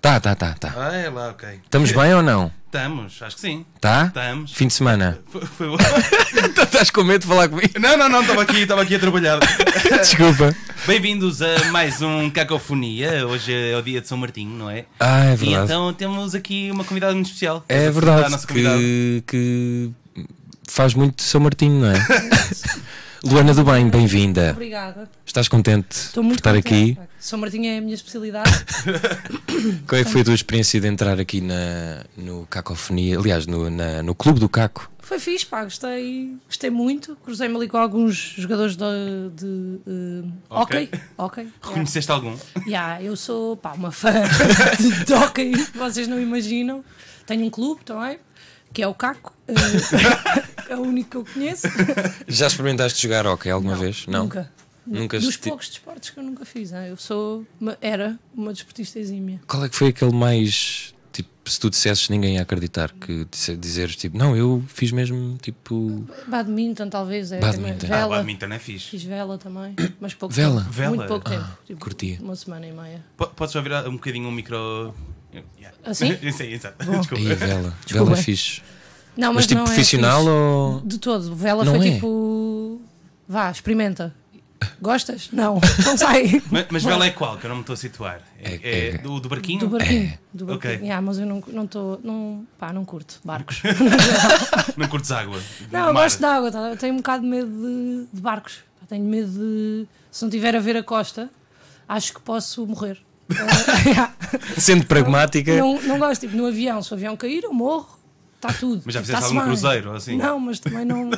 Tá, tá, tá, tá. Ah, é lá, ok. Estamos bem ou não? Estamos, acho que sim. Tá? Estamos. Fim de semana. Foi- foi bom. Então Estás com medo de falar comigo? não, não, não, estava aqui, estava aqui a trabalhar. Desculpa. Bem-vindos a mais um Cacofonia. Hoje é o dia de São Martinho, não é? Ah, é E verdade. então temos aqui uma convidada muito especial. Temos é a verdade nossa convidada. que, que faz muito São Martinho, não é? Luana do Bem, bem-vinda. Obrigada. Estás contente Estou por muito estar aqui? contente. São Martinho é a minha especialidade. Qual é que foi a tua experiência de entrar aqui na, no Cacofonia? Aliás, no, na- no Clube do Caco. Foi fixe, pá, gostei, gostei muito. Cruzei-me ali com alguns jogadores de, de eh, Ok. hockey. hockey. Yeah. Reconheceste algum? Yeah, eu sou pá, uma fã de, de hockey, vocês não imaginam. Tenho um clube também, que é o Caco. eh, é o único que eu conheço. Já experimentaste jogar hockey alguma vez? Não. Nunca. Nunca Dos assisti- poucos desportos que eu nunca fiz. né? Eu sou uma- era uma desportista exímia. Qual é que foi aquele mais. Tipo, se tu dissesses, ninguém ia acreditar que disse- dizeres tipo, não, eu fiz mesmo tipo. Badminton, talvez. É, Badminton. Vela. Ah, badminton é fixe. Fiz vela também, mas pouco Vela? Ah, tempo. Vela? Muito pouco tempo. tipo, curtia. Uma semana e meia. P- Podes só virar um bocadinho o micro. Yeah. Assim? Sim, exato. Desculpa. Aí, vela. Vela é Desculpa. fixe. Não, Mas, mas, tipo, não profissional é ou. fixe. De todo. Vela Não foi é? tipo. Vá, experimenta. Gostas? Não, não sai. Mas, mas vela é qual? Que eu não me estou a situar. É, É- é é- do, do Do barquinho? barquinho. Do Ok. barquinho. Yeah, mas eu não estou. Não tô- não, pá, não curto barcos. Não curtes água? De não, eu mar? gosto de água. tá? Eu tenho um bocado de medo de, de barcos. Tenho medo de. Se não tiver a ver a costa, acho que posso morrer. Eh, yeah. Sendo pragmática. Não, não gosto, tipo, no avião, se o avião cair, eu morro, está tudo. Mas já tipo, fizeste tá-se algum bem. cruzeiro ou assim? Não, mas também não.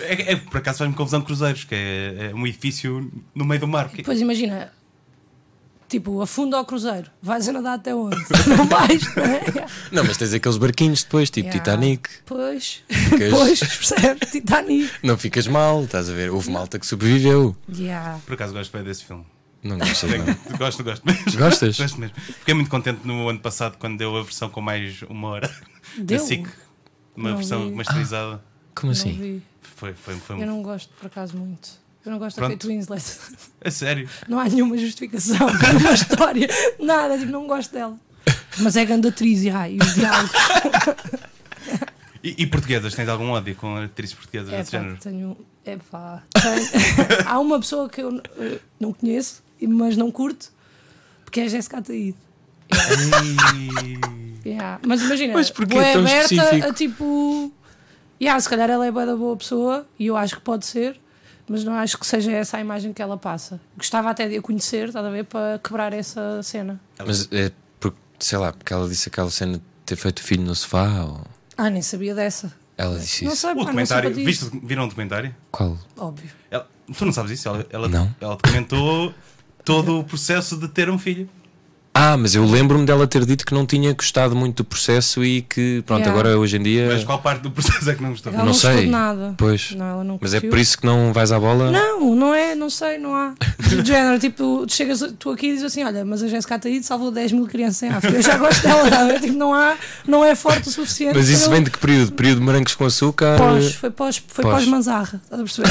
É, é- por acaso faz-me confusão de cruzeiros, que é, é um edifício no meio do mar. Que- Depois imagina, tipo, afunda ao cruzeiro, vais a nadar até onde? Não vais, não é? Não, mas tens aqueles barquinhos depois, tipo Yeah. Titanic. Pois, Ficas- pois, percebes? Titanic. Não ficas mal, estás a ver? Houve malta que sobreviveu. Yeah. Por acaso gosto bem desse filme. É Não gostas, não. Gosto, gosto mesmo. Gostas? Gosto mesmo. Fiquei muito contente no ano passado quando deu a versão com mais uma hora Deu? da SIC. Uma Não versão vi. masterizada. Como Não assim? vi. Foi, foi, foi Eu um. não gosto, por acaso, muito. Eu não gosto da Pronto. Kate Winslet. A sério. Não há nenhuma justificação, nenhuma história, nada, tipo, não gosto dela. Mas é grande atriz, yeah, e os diálogos. E, e portuguesas? Tens algum ódio com atrizes portuguesas É desse pá, género? tenho. É pá. tenho- Há uma pessoa que eu eh, não conheço, mas não curto, porque é a Jéssica Ataíde. E- Yeah. Mas imagina, Mas porquê bué tão aberta específico? a tipo. Yeah, se calhar ela é bué da boa pessoa e eu acho que pode ser, mas não acho que seja essa a imagem que ela passa. Gostava até de a conhecer, estás a ver, para quebrar essa cena. Mas é porque, sei lá, porque ela disse aquela cena de ter feito filho no sofá ou. Ah, nem sabia dessa. Ela disse Não isso. sei, pá, O não documentário. sabia disso. Viste, viram o documentário? Qual? Óbvio. Ela- tu não sabes isso? Ela, ela, Não. ela documentou todo o processo de ter um filho. Ah, mas eu lembro-me dela ter dito que não tinha gostado muito do processo e que, pronto, Yeah. agora hoje em dia. Mas qual parte do processo é que não gostou? Ela Não não, gostou sei. de nada. Pois. Não, ela não Mas é curtiu. por isso que não vais à bola? Não, não é, não sei, não há. Do género, tipo, tu chegas tu aqui e dizes assim: olha, mas a Jéssica Ataíde salvou 10 mil crianças em África. Eu já gosto dela, tá? a ver? tipo, não há, não é forte o suficiente. Mas isso para eu- vem de que período? Período de morangos com açúcar? Pós, foi pós, foi Pós. pós Manzarra, estás a perceber?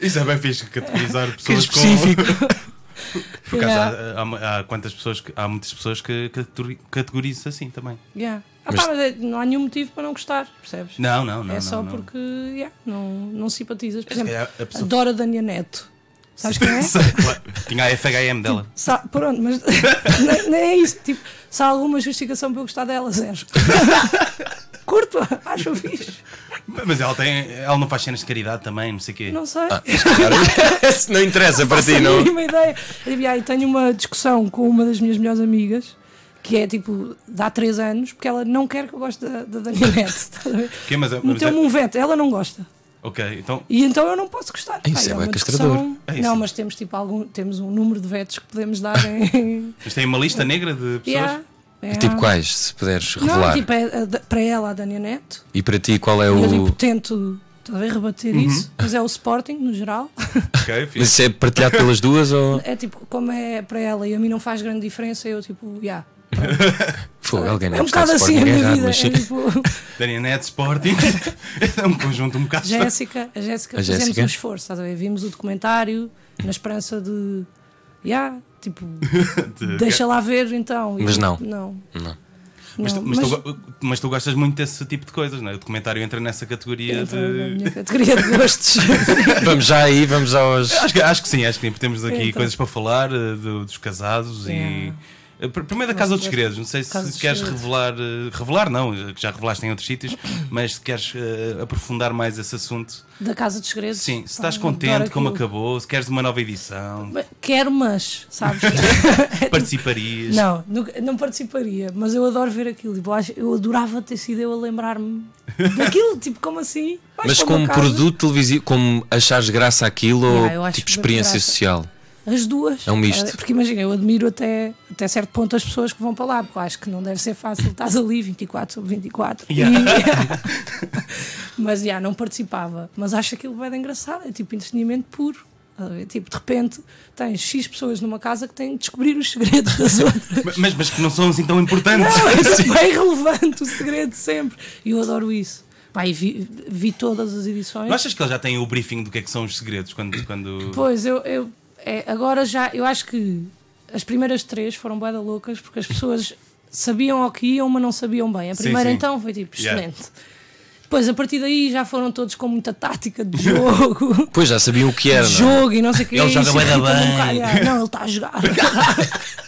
Isso é bem fixe categorizar Que pessoas com. específico. Por acaso, Yeah. há- há, há quantas pessoas que- há muitas pessoas que categori- categorizam assim também. Yeah. Ah, Mas- pá, mas é- não há nenhum motivo para não gostar, percebes? Não, não, não. é não, só não. porque yeah, não, não simpatizas. Por exemplo, calhar a é, pessoa- adora Dania Neto. Sabes quem é? Sei, claro. Tinha a FHM dela. Sa pronto, mas nem, nem é isso. Tipo, se há alguma justificação para eu gostar dela, zero. Curto-a, acho fixe. Mas ela, tem, ela não faz cenas de caridade também, não sei o quê. Não sei. Isso não interessa Ah, para ti, Não não? tenho ideia. E aí tenho uma discussão com uma das minhas melhores amigas, que é tipo, de há 3 anos, porque ela não quer que eu goste da, da Daniela Neto. estás a ver? Quê? Mas é- mas Meteu-me é- um veto, ela não gosta. Ok, então. E então eu não posso gostar. Isso Pá, é uma bué castrador. É isso. Não, mas temos tipo algum, temos um número de vetos que podemos dar em. Mas tem uma lista negra de pessoas? Yeah, yeah. Tipo quais, se puderes É. Não, revelar. tipo, é, a da- para ela a Dania Neto. E para ti qual é E eu o. Uhum. tipo, tento talvez rebater isso, mas é o Sporting no geral. Ok, fixe. Mas isso é partilhado pelas duas ou. É tipo, como é para ela e a mim não faz grande diferença, eu tipo, já. Fogo, alguém não é um gostar de bocado assim Sporting a é minha errado, vida. mas sim. É tipo, Daniel Net Sporting. é um conjunto um bocado. estranho. Jéssica, a Jéssica, A fizemos Jéssica? um esforço, estás a ver? Vimos o documentário na esperança de, já, Tipo, deixa lá ver então. E Mas eu, não. Não. Não. Mas, não. tu, mas, tu, go- mas tu gostas muito desse tipo de coisas, não é? O documentário entra nessa categoria entra então, na de. minha categoria de assim. gostos. Vamos já aí, vamos já aos. Acho que, acho que sim, acho que temos aqui Entra. coisas para falar eh, do- dos casados então. Yeah. e. eh, pr- Primeiro da Casa dos Mas- Segredos, não sei se Casa dos queres Segredos. revelar, eh, revelar não, eh, que já revelaste em outros sítios, mas se queres eh, aprofundar mais esse assunto, da Casa dos Segredos. sim, se estás Ah, contente adoro como aquilo. acabou, se queres uma nova edição, Quero, mas, sabes? participarias. não, nunca- não participaria, mas eu adoro ver aquilo. Tipo, eu acho- eu adorava ter sido eu a lembrar-me daquilo, tipo, como assim? Vais Mas para uma como casa- produto televisivo, como achares graça aquilo Yeah, eu ou acho tipo bem experiência graça. social? As duas. É um misto. Ah, Porque imagina, eu admiro até, até certo ponto as pessoas que vão para lá, porque eu acho que não deve ser fácil. Estás ali 24 sobre 24. E- Mas já, não participava. Mas acho aquilo bem engraçado. É tipo entretenimento puro. Estás a ver? Tipo, de repente tens X pessoas numa casa que têm de descobrir os segredos das outras. Ma- Mas, mas que não são assim tão importantes. Não, é bem relevante o segredo sempre. E eu adoro isso. Pá, e vi, vi todas as edições. Não achas que eles já têm o briefing do que é que são os segredos quando. quando... Pois, eu, eu é, agora já, eu acho que as primeiras três foram bué da loucas porque as pessoas sabiam ao que iam, mas não sabiam bem. A Sim, primeira sim. então foi tipo Yeah. excelente. Depois, a partir daí, já foram todos com muita tática de jogo, Pois já sabiam o que era, não é? jogo e não sei o que. É Ele joga bué da bem. Não, ele está a jogar,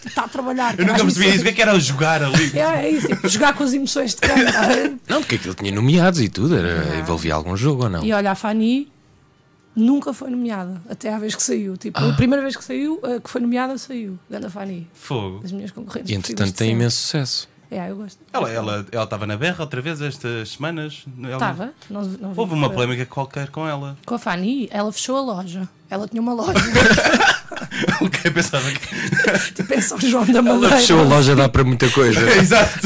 está a trabalhar. Eu nunca percebi isso, o que é que era jogar ali? É, é isso, tipo, jogar com as emoções de quem. tá a ver? Não, porque aquilo tinha nomeados e tudo, era, envolvia algum jogo ou não? E olha, a Fanny nunca foi nomeada, até à vez que saiu. Tipo, Ah. a primeira vez que saiu, a que foi nomeada, saiu. Ganda Fanny. Fogo. das minhas concorrentes. E entretanto tem possíveis imenso sucesso. de sempre. É, eu gosto. Ela estava ela, ela estava na berra outra vez estas semanas? Ela- Estava. Não, não vi. Houve uma polémica qualquer com ela. Com a Fanny, ela fechou a loja. Ela tinha uma loja. O que eu pensava que. tipo, é São João da Ela Madeira. fechou a loja, dá para muita coisa. Exato.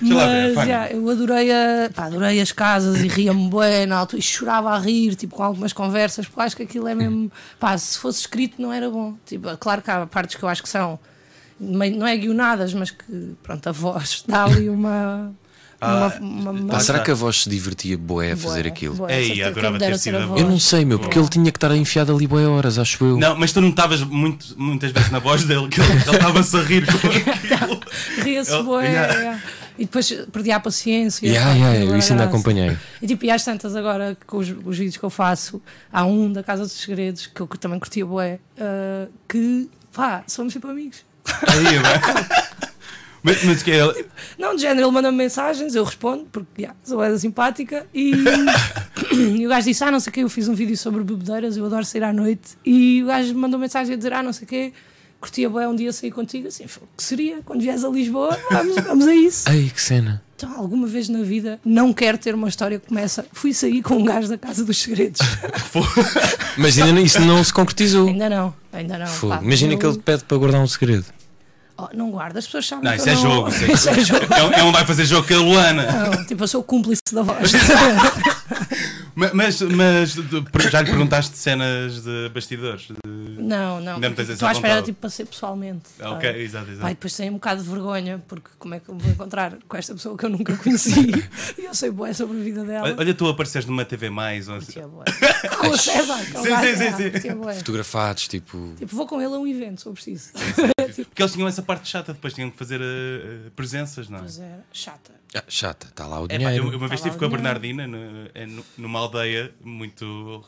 Deixa lá ver, Mas, Fanny. já, eu adorei, a- pá, adorei as casas e ria-me bem na altura e chorava a rir, tipo, com algumas conversas, porque eu acho que aquilo é mesmo. Pá, se fosse escrito não era bom. Tipo, claro que há partes que eu acho que são. meio- Não é guionadas, mas que, pronto, a voz dá ali uma. Ah, uma, uma, Pá, uma será que a voz se divertia boé a fazer Bué, aquilo? bué, Ei, certeza que adorava deve ter ser sido a voz. Eu não sei, meu, porque ele tinha que estar enfiado ali boé horas, acho eu. Não, mas tu não estavas muito- muitas vezes na voz dele, que ele ele estava-se a rir com aquilo. Ria-se Eu- bué, Yeah. yeah. E depois perdi a paciência. Yeah, Pá, yeah, aquilo eu era isso ainda graça. acompanhei. E tipo, e às tantas agora, com os, os vídeos que eu faço, há um da Casa dos Segredos, que eu que também curti bué, ah, que, pá, somos tipo amigos. Aí, bem. mas, mas que ele. Não, de género, ele manda-me mensagens, eu respondo, porque yeah, sou bué da simpática. E, e o gajo disse: Ah, não sei o quê, eu fiz um vídeo sobre bebedeiras, eu adoro sair à noite. E o gajo me mandou mensagem a dizer: Ah, não sei o quê, curtia bué um dia sair contigo. Assim, "Fô, que seria? Quando vies a Lisboa, vamos, vamos a isso. Ai, que cena. Então, alguma vez na vida não quero ter uma história que começa. Fui sair com um gajo da Casa dos Segredos. Mas ainda não- isso não se concretizou. ainda não, ainda não. Fogo. pá. Imagina Eu- que ele te pede para guardar um segredo. Oh, não guarda, as pessoas sabem Não, que isso eu é jogo. Isso é, isso é jogo. É, um- é um vai fazer jogo com a Luana. Não, tipo, eu sou o cúmplice da voz. Ma- Mas, mas de- já lhe perguntaste cenas de bastidores? De- não, não. Ainda não tens essa Estou à espera vontade. tipo, para ser pessoalmente. Ah, sabe? Ok, exato, Pá, e exato. depois tenho um bocado de vergonha, porque como é que eu me vou encontrar com esta pessoa que eu nunca conheci e eu sei boé sobre a vida dela. Olha, olha tu apareceres numa TV mais. Ou assim. Curtia bué. Com o César, aquele Sim, gajo, sim, ah, sim, sim. curtia bué. Fotografados, tipo. Tipo, vou com ele a um evento, se eu preciso. Porque eles tinham essa parte chata, depois tinham que fazer eh, eh, presenças, não é? Mas era chata. Ah, chata, está lá o É, pá, eu, eu dinheiro. uma vez Tá lá estive com o a dinheiro. Bernardina no- eh, nu- numa aldeia muito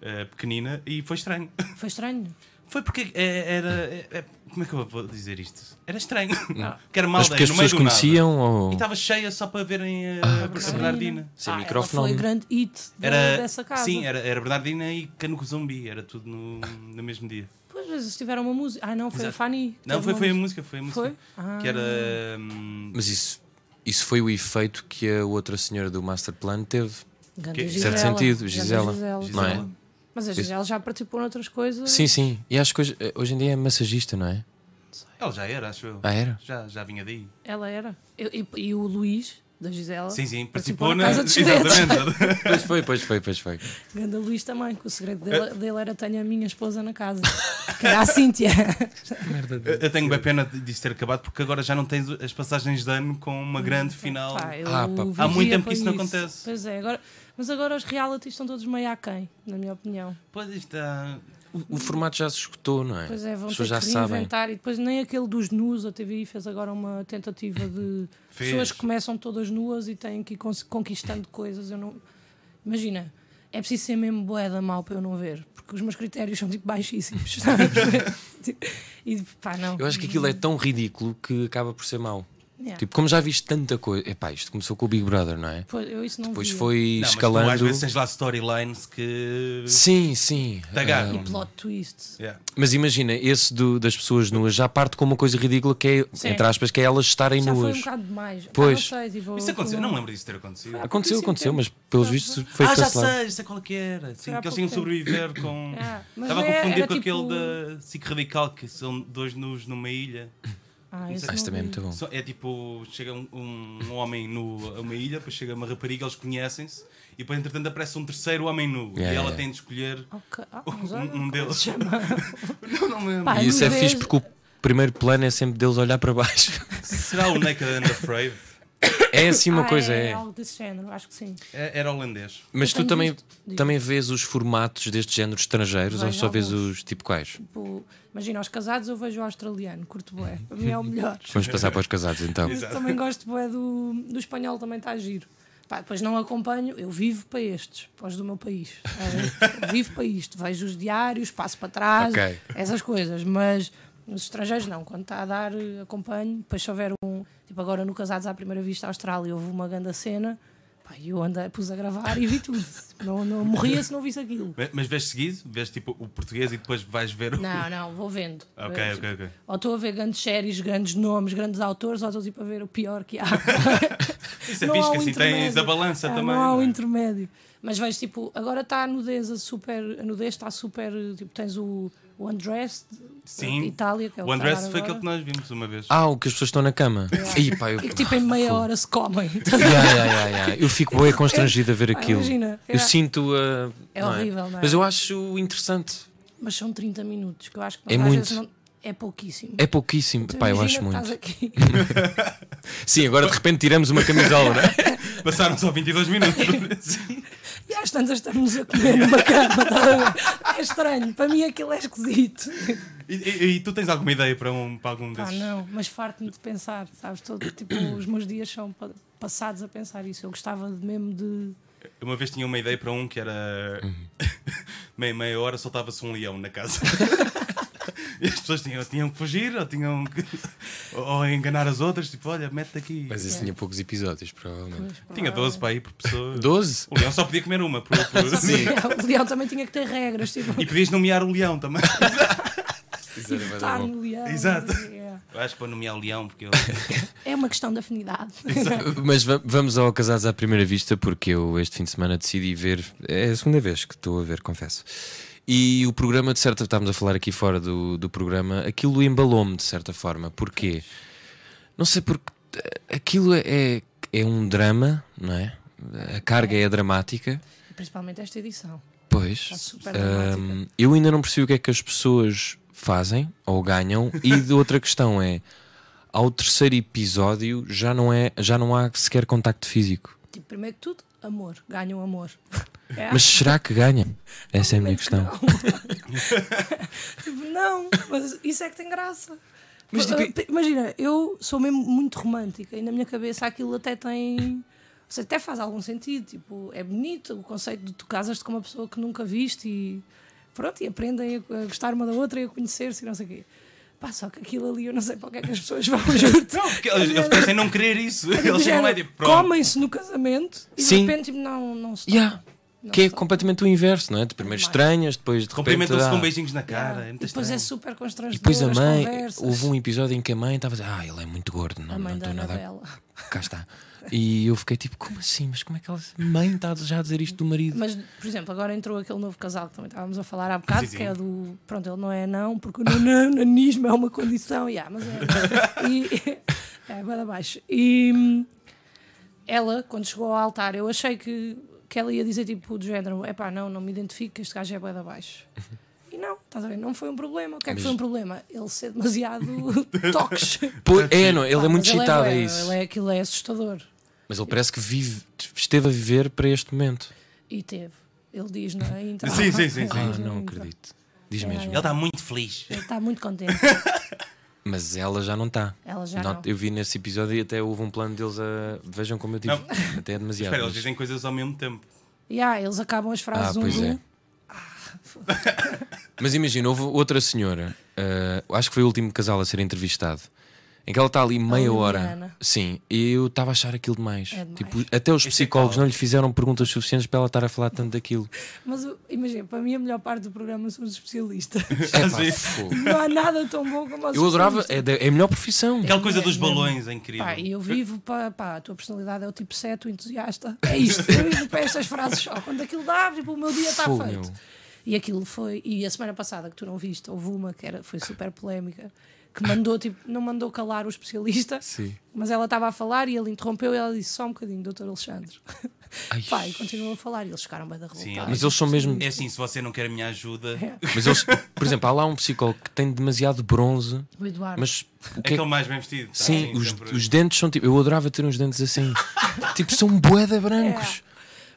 eh, pequenina e foi estranho. Foi estranho. Foi porque eh, era. eh, eh, como é que eu vou dizer isto? Era estranho. Porque era uma Mas aldeia porque as no meio pessoas do nada. Então, conheciam Ah, ou. E estava cheia só para verem eh, a Bernardina. Sem Ah, microfone. Ela foi grande hit da- Era, dessa casa. Sim, é. era, era Bernardina e Canuco Zumbi, era tudo no, no mesmo dia. Pois, mas eles tiveram uma música. Ah, não, foi Exato. a Fanny. que Não, teve foi, uma foi a música, foi a música. Foi? Ah. Que era. hum, Mas isso, isso foi o efeito que a outra senhora do Master Plan teve. Ganda Que- certo Gisela, sentido, ganda Gisela, não é? Mas a Gisela já participou noutras coisas. Sim, sim. E acho que hoje, hoje em dia é massagista, não é? ela já era, acho eu. Ah, era? Já, já vinha daí. Ela era. Eu- e, e o Luís, da Gisela. Sim, sim, participou Ah. na na. Casa dos Segredos. exatamente. Pois foi, pois foi, pois foi. Ganda Luís também, que o segredo dele, É. dele era tenho a minha esposa na casa. Que era a Cíntia. Eu- Eu tenho bem pena de- disso ter acabado porque agora já não tens as passagens de ano com uma grande final. Pá, eu Ah, pá, pá. vivia Há muito tempo com que isso não acontece. Pois é, agora, mas agora os realities estão todos meio aquém, na minha opinião. Pois isto tá- está. o, o formato já se escutou, não é? Pois é, vão As ter pessoas já que sabem. reinventar e depois nem aquele dos nus, a TVI fez agora uma tentativa de Fez. pessoas que começam todas nuas e têm que ir cons- conquistando coisas. Eu não imagina, é preciso ser mesmo boeda mal para eu não ver, porque os meus critérios são tipo baixíssimos. sabes? e pá, não. Eu acho que aquilo é tão ridículo que acaba por ser mau. Yeah. Tipo, como já viste tanta coisa. Epá, isto começou com o Big Brother, não é? Pois, eu isso não Depois via. Não, mas foi tu às escalando. vezes tens lá storylines que. Sim, sim. Ah, Te agarram. E plot twists. Yeah. Mas imagina, esse do- das pessoas nuas já parte com uma coisa ridícula que é, Sim. entre aspas, que é elas estarem Já foi nuas. um bocado demais. Pois. Ah, não sei, tipo, Isso aconteceu, eu não me foi lembro disso ter acontecido. há Aconteceu, aconteceu, pouquíssimo tempo. mas pelos Ah, vistos Ah, foi Ah, já cancelado. sei, sei qual é que era. Sim, Foi há que eles pouco tinham que tempo. sobreviver com. Ah, mas Estava a é- confundir era com tipo- aquele da SIC Radical, que são dois nus numa ilha. Ah, esse Ah, não isso também é vi. muito bom. Só- É tipo, chega um, um homem nu a uma ilha, depois chega uma rapariga, eles conhecem-se, e depois entretanto aparece um terceiro homem nu. Yeah, e ela yeah. tem de escolher. Ok. Ah, Um- mas olha, um como deles. se chama? Não, não me lembro. Pá, E isso é nudez- fixe porque o primeiro plano é sempre deles olhar para baixo. Será o Naked and Afraid? É assim uma Ah, coisa, é, é. algo desse género, acho que sim. É- Era holandês. Mas Eu tu tenho também, visto, digo. também vês os formatos deste género estrangeiros ou Vejo só vês alguns. os tipo quais? Tipo, imagina, aos casados eu vejo o australiano, curto bué. Para mim é o melhor. Vamos passar para os casados então. Mas também gosto bué do, do espanhol, também está giro. Pá, depois não acompanho, eu vivo para estes, para os do meu país. sabe? vivo para isto, vejo os diários, passo para trás, Ok. essas coisas, mas nos estrangeiros não, quando está a dar, eh, acompanho. Depois se houver um, tipo agora no Casados à Primeira Vista Austrália, houve uma grande cena, pá, e eu andei, pus a gravar e vi tudo. Não, não morria se não visse aquilo. Mas, mas vês seguido? Vês tipo o português e depois vais ver o. Não, não, vou vendo. Eh, Ok, ok, ok. Ou estou a ver grandes séries, grandes nomes, grandes autores, ou estou tipo a ver o pior que há. Isso é Não há fixe, que um assim tens intermédio. a balança Ah, também. Não há não um é? intermédio. Mas vejo tipo, agora está a nudez a super. A nudez está super. Tipo, tens o, o Undressed Sim. de Itália, que é o, O que está a Andrés dar foi aquele agora, que nós vimos uma vez. Ah, o que as pessoas estão na cama. Ih, pá, eu... e que tipo em meia hora se comem. Ya, ya, ya, ya. Eu fico bem constrangido a ver Pá, aquilo. imagina, Eu é. sinto a. É horrível, não é? Mas eu acho interessante. Mas são 30 minutos, que eu acho que É às muito. vezes não, é pouquíssimo. É pouquíssimo. Tu Pá, eu Então imagina, acho estás muito. aqui. Sim, agora de repente tiramos uma camisola, não é? Passaram só 22 minutos. E às tantas estamos a comer numa cama. estás a ver? É estranho, para mim aquilo é esquisito. e, e- e tu tens alguma ideia para, um, para algum Pá, desses? não, mas farto-me de pensar, sabes? Todo, tipo, os meus dias são pa- passados a pensar isso. Eu gostava de- mesmo de. Eu Uma vez tinha uma ideia para um que era. meia, meia hora soltava-se um leão na casa. e as pessoas tinham, tinham que fugir ou tinham que. ou- ou enganar as outras, tipo, olha, mete-te aqui. Mas isso tinha poucos episódios, provavelmente. Tinha Ah. 12 para aí por pessoa. 12? O leão só podia comer uma. Por, por... O leão também tinha que ter regras, tipo, E podias nomear o leão também. Isso era bué da votar bom. no leão. é Exato. É. Eu acho que vou nomear o leão porque eu. É uma questão de afinidade. Mas va- vamos ao Casados à Primeira Vista, porque eu este fim de semana decidi ver. É a segunda vez que estou a ver, confesso. E o programa, de certa estávamos a falar aqui fora do, do programa, aquilo embalou-me de certa forma. Porquê? Não sei porque. eh, Aquilo é- é, é um drama, não é? A carga é dramática. Principalmente esta edição. Pois. Está super Ahm, dramática. eu ainda não percebo o que é que as pessoas fazem ou ganham. E de outra questão é, ao terceiro episódio já não, é, já não há sequer contacto físico. Tipo, primeiro que tudo, amor. Ganham amor. É, Mas será que ganha? Essa é a minha questão. Tipo, não, mas isso é que tem graça. Mas, tipo, Ah, Imagina, eu sou mesmo muito romântica e na minha cabeça aquilo até tem. ou seja, até faz algum sentido. Tipo, é bonito o conceito de tu casas-te com uma pessoa que nunca viste e pronto, e aprendem a a gostar uma da outra e a conhecer-se e não sei o quê. Pá, só que aquilo ali eu não sei para o que é que as pessoas vão junto. Não, porque eles, eles parecem não querer isso. Eles chegam lá e tipo, pronto. Comem-se no casamento e Sim. de repente tipo, não, não se Yeah. tocam. Não Que é se tocam. completamente o inverso, não é? De primeiro Demais. estranhas, depois de repente. Cumprimentam-se ah, com beijinhos na cara. É E muito depois é estranho. super e constrangedor. depois a as mãe, conversas. houve um episódio em que a mãe estava a dizer: Ah, ele é muito gordo, não, a mãe não da estou nada. a- Anabela. Cá está. E eu fiquei tipo: Como assim? Mas como é que ela. Mãe está já a dizer isto do marido? Mas, por exemplo, agora entrou aquele novo casal que também estávamos a falar há bocado, Sim, sim. que é do. Pronto, ele não é não, porque o não- nanismo é uma condição, yeah, mas é. e, é, vai abaixo. E hum, ela, quando chegou ao altar, eu achei que, que ela ia dizer tipo do género: é pá, não, não me identifico, que este gajo é bué de abaixo. E não, estás a ver? Não foi um problema. O que é que foi um problema? Ele ser demasiado toques. Pô, é, não, ele Pá, é muito mas excitado, bué, é isso. Ele é, aquilo é assustador. Mas ele parece que vive, esteve a viver para este momento. E teve. Ele diz é? na intro. Sim, sim, sim, sim. Ah, Diz na não intro. acredito. Diz É, mesmo. Ele está muito feliz. Ele está muito contente. Mas ela já não está. Ela já não. Eu vi nesse episódio e até houve um plano deles a. Vejam como eu tive. Não. Até é demasiado. Espera, eles mas- dizem coisas ao mesmo tempo. yeah, eles acabam as Ah, frases um pois por é. um. Mas imagina, houve outra senhora, eh, acho que foi o último casal a ser entrevistado, em que ela está ali meia hora. Liliana. Sim, e eu estava a achar aquilo demais. É demais. Tipo, até os Isso é psicólogos tal. não lhe fizeram perguntas suficientes para ela estar a falar tanto daquilo. Mas o- imagina, para mim a melhor parte do programa são os especialistas. É, sim. Não há nada tão bom como os eu adorava, especialistas. é, da- é a melhor profissão. Aquela coisa É dos mesmo. balões é incrível. Pá, e eu vivo para. Pá, a tua personalidade é o tipo 7, o entusiasta. É isto. Eu vivo para estas frases só. Quando aquilo dá, tipo, o meu dia está Fogo, feito. meu. E aquilo foi. E a semana passada, que tu não viste, houve uma que era, foi super polémica, que mandou, tipo, não mandou calar o especialista, Sim. mas ela estava a falar e ele interrompeu e ela disse só um bocadinho, doutor Alexandre. Ai. Pá, e continuou a falar e eles ficaram bem da revoltada. Mas eles são mesmo. É assim, se você não quer a minha É. ajuda, é Mas eles, por exemplo, há lá um psicólogo que tem demasiado bronze, O Eduardo. mas é o que é que- aquele mais bem vestido. tá? Sim, os, sempre. os dentes são tipo. Eu adorava ter uns dentes assim. tipo, são boeda É. brancos.